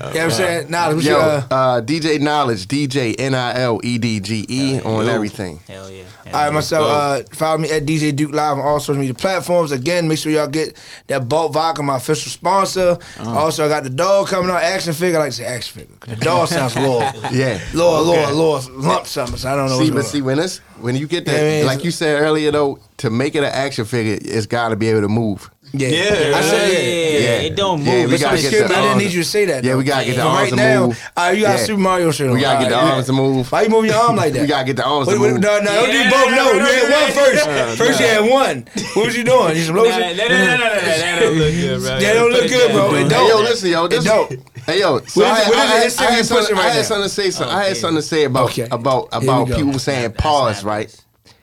Speaker 1: You know what I'm saying? Nah, what's
Speaker 3: Yo,
Speaker 1: your,
Speaker 3: uh,
Speaker 1: uh,
Speaker 3: DJ Knowledge, DJ N I L E D G E on everything.
Speaker 2: Hell yeah. Hell
Speaker 1: all
Speaker 2: yeah.
Speaker 1: right, myself, uh, follow me at DJ Duke Live on all social media platforms. Again, make sure y'all get that Bolt Vodka, my official sponsor. Also, I got the dog coming out, action figure. I like to say action figure. 'cause The dog sounds Lord.
Speaker 3: Yeah.
Speaker 1: Lord, Lord, Lord, lump something. So I don't know
Speaker 3: See, but
Speaker 1: what's
Speaker 3: see,
Speaker 1: going on.
Speaker 3: when it's when you get that,
Speaker 1: Yeah, man.
Speaker 3: like you said earlier though, to make it an action figure, it's got to be able to move.
Speaker 1: Yeah.
Speaker 4: Yeah.
Speaker 1: I
Speaker 2: yeah,
Speaker 1: said,
Speaker 2: it don't move.
Speaker 3: Yeah, we
Speaker 2: It's
Speaker 3: gotta
Speaker 2: like-
Speaker 1: Excuse
Speaker 3: get the
Speaker 1: me, I didn't
Speaker 3: arms-
Speaker 1: need you to say that.
Speaker 3: Yeah,
Speaker 1: though.
Speaker 3: we gotta get the
Speaker 1: But
Speaker 3: arms
Speaker 1: right
Speaker 3: to
Speaker 1: now,
Speaker 3: move.
Speaker 1: all right, you got
Speaker 3: Yeah.
Speaker 1: Super Mario shit on.
Speaker 3: We gotta get the
Speaker 1: All right.
Speaker 3: arms to move.
Speaker 1: Why you moving your arm like that?
Speaker 3: We gotta get the arms
Speaker 1: Wait,
Speaker 3: to
Speaker 1: wait,
Speaker 3: move.
Speaker 1: no, no, don't do
Speaker 2: Yeah,
Speaker 1: both.
Speaker 2: no,
Speaker 1: No,
Speaker 2: no, no,
Speaker 1: you had
Speaker 2: no,
Speaker 1: one
Speaker 2: no.
Speaker 1: first. first you had one. What was you doing? You some
Speaker 2: Nah, nah, nah, nah,
Speaker 1: lotion?
Speaker 2: nah, nah, that don't look good, bro.
Speaker 1: That don't look
Speaker 2: Put it
Speaker 1: good,
Speaker 2: down,
Speaker 1: bro. It don't.
Speaker 3: Hey yo, listen, yo, this,
Speaker 1: don't.
Speaker 3: Hey yo, so
Speaker 1: What is it-
Speaker 3: I,
Speaker 1: what is it?
Speaker 3: I,
Speaker 1: It's
Speaker 3: I, I had
Speaker 1: serious
Speaker 3: something,
Speaker 1: pushing right
Speaker 3: I had
Speaker 1: now. Oh,
Speaker 3: something to say. Something. I had something to say about
Speaker 1: Okay.
Speaker 3: about
Speaker 1: Here we
Speaker 3: about
Speaker 1: go.
Speaker 3: people saying
Speaker 2: That's
Speaker 3: pause,
Speaker 2: not
Speaker 3: right?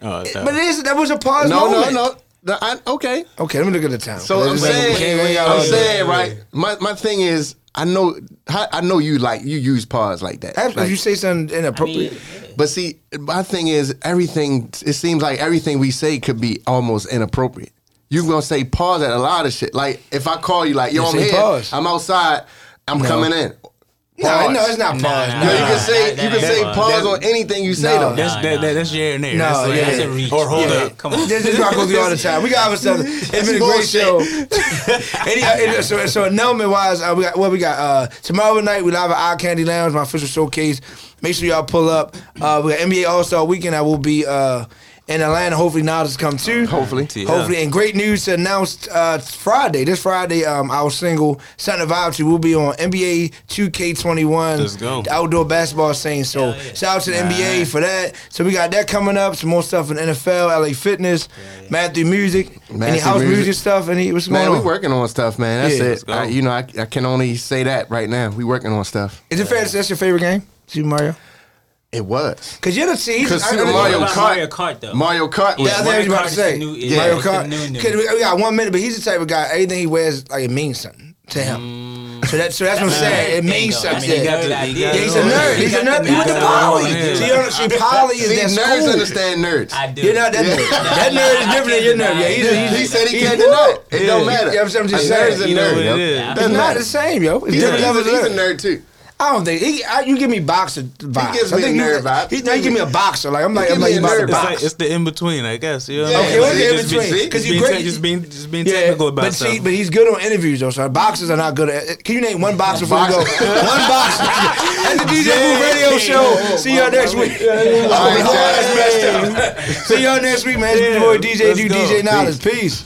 Speaker 4: Oh, it's
Speaker 1: But it is, that was a pause
Speaker 3: No, no,
Speaker 1: moment.
Speaker 3: no. The- I- okay.
Speaker 1: Okay, let me look at the time.
Speaker 3: So I'm
Speaker 1: Let's- let's- we can't- we
Speaker 3: saying,
Speaker 1: got
Speaker 3: I'm
Speaker 1: all day.
Speaker 3: saying, right? My my thing is, I know, I I know you like you use pause like that.
Speaker 1: Absolutely,
Speaker 3: Like,
Speaker 1: if you say something
Speaker 2: I mean,
Speaker 1: inappropriate,
Speaker 3: But see, my thing is everything. It seems like everything we say could be almost inappropriate. You gonna say pause at a lot of shit. Like if I call you, like yo,
Speaker 1: You
Speaker 3: I'm
Speaker 1: say
Speaker 3: here,
Speaker 1: pause.
Speaker 3: I'm outside, I'm coming in.
Speaker 1: no,
Speaker 3: Pause.
Speaker 1: no, it's not pause.
Speaker 2: nah,
Speaker 1: No,
Speaker 3: No, you
Speaker 2: nah.
Speaker 3: can say
Speaker 2: that-
Speaker 3: you can
Speaker 2: that-
Speaker 3: say
Speaker 2: that-
Speaker 3: pause
Speaker 4: that-
Speaker 3: on anything you say
Speaker 1: No.
Speaker 3: though.
Speaker 4: That's that, that, that's your and there.
Speaker 1: No,
Speaker 4: that's, like-
Speaker 1: yeah.
Speaker 4: that's a reach. Or hold
Speaker 2: Yeah.
Speaker 4: up.
Speaker 2: Come on.
Speaker 1: This is why I go through all the time. We got ourselves. It's been a great
Speaker 3: bullshit.
Speaker 1: show. Any, uh, so, so announcement wise, uh, we got what we got. Uh, tomorrow night we live at Eye Candy Lounge, my official showcase. Make sure y'all pull up. Uh, we got NBA All Star Weekend. I will be uh, in Atlanta. Hopefully, knowledge come too.
Speaker 3: Hopefully.
Speaker 4: Yeah.
Speaker 1: Hopefully, and great news to announce uh, Friday. This Friday, um, our single "Something to Vibe To" will be on NBA 2K21.
Speaker 4: Let's go.
Speaker 1: The outdoor basketball scene. So shout out to the NBA for that. So we got that coming up. Some more stuff in NFL, LA Fitness, Matthew Music, any
Speaker 3: Matthew
Speaker 1: house music.
Speaker 3: Music.
Speaker 1: stuff. Any what's going
Speaker 3: Man, we
Speaker 1: on?
Speaker 3: working on stuff, man. That's
Speaker 1: Yeah.
Speaker 3: it. I, you know, I, I can only say that right now. We working on stuff.
Speaker 1: Is it fair to say that's your favorite game, Super Mario?
Speaker 3: It was
Speaker 1: Because you're the see,
Speaker 3: because
Speaker 1: I-
Speaker 3: Super
Speaker 1: I-
Speaker 3: Mario
Speaker 2: about
Speaker 3: Kart,
Speaker 2: Mario Kart, though.
Speaker 3: Mario Kart was
Speaker 1: Yeah, I
Speaker 2: Mario
Speaker 1: think you about
Speaker 2: Kart
Speaker 1: to
Speaker 2: is
Speaker 1: say.
Speaker 2: the new- yeah,
Speaker 1: Mario
Speaker 2: it's the
Speaker 1: Kart.
Speaker 2: new, new.
Speaker 1: 'Cause We, we got one minute, but he's the type of guy. Anything he wears, like it means something to him. so that, so that's what I'm saying. It means
Speaker 2: Bingo. I mean,
Speaker 1: something.
Speaker 2: you
Speaker 1: yeah.
Speaker 2: got the- you
Speaker 1: Yeah,
Speaker 2: got
Speaker 1: he's
Speaker 2: the-
Speaker 1: a nerd. He's
Speaker 2: you
Speaker 1: a
Speaker 2: got
Speaker 1: nerd.
Speaker 2: the
Speaker 1: You with the
Speaker 2: nerd.
Speaker 1: poly.
Speaker 4: Yeah.
Speaker 1: See, you don't- see, poly is
Speaker 3: See,
Speaker 1: that
Speaker 3: nerds
Speaker 1: school.
Speaker 3: understand nerds.
Speaker 2: I do.
Speaker 1: You're not that nerd. That nerd is different than your nerd. Yeah, he's a, he's,
Speaker 3: he said he
Speaker 1: he's-
Speaker 3: can't deny it. It
Speaker 1: Yeah.
Speaker 3: don't matter.
Speaker 1: You know what I'm just
Speaker 3: A
Speaker 1: saying?
Speaker 3: nerd's a
Speaker 4: You know
Speaker 3: nerd,
Speaker 4: what it
Speaker 3: yo.
Speaker 4: is.
Speaker 3: Doesn't
Speaker 1: It's not
Speaker 3: matter.
Speaker 1: the same, yo. It's
Speaker 3: He's, a,
Speaker 1: different
Speaker 3: he's, a,
Speaker 1: levels of
Speaker 3: he's a
Speaker 1: nerd.
Speaker 3: nerd too.
Speaker 1: I don't think he, I, you give me boxer vibes.
Speaker 3: gives
Speaker 1: I
Speaker 3: me a
Speaker 1: think you-
Speaker 3: nerd vibe.
Speaker 1: He, now you give me a boxer. Like I'm like
Speaker 3: He
Speaker 1: I'm
Speaker 3: give
Speaker 1: like
Speaker 3: me
Speaker 1: you
Speaker 3: a
Speaker 1: about to
Speaker 3: nerd
Speaker 4: It's
Speaker 1: box.
Speaker 4: like it's the in between, I guess. You know?
Speaker 3: Yeah. Okay, what's the
Speaker 4: Just be-
Speaker 1: in-between? 'Cause
Speaker 4: Just
Speaker 1: you
Speaker 4: being
Speaker 1: great-
Speaker 4: te- just being just being technical about
Speaker 1: but
Speaker 4: stuff.
Speaker 1: see, but he's good on interviews though. So boxers are not good at. Can you name one boxer before we go? one boxer at the DJ Boo Radio Show. See y'all next week. Oh,
Speaker 3: All
Speaker 1: my
Speaker 3: right, guys.
Speaker 1: eyes messed up. See y'all next week, man. It's your
Speaker 4: Yeah,
Speaker 1: boy DJ
Speaker 4: let's
Speaker 1: Do
Speaker 4: go.
Speaker 1: DJ Knowledge. Peace.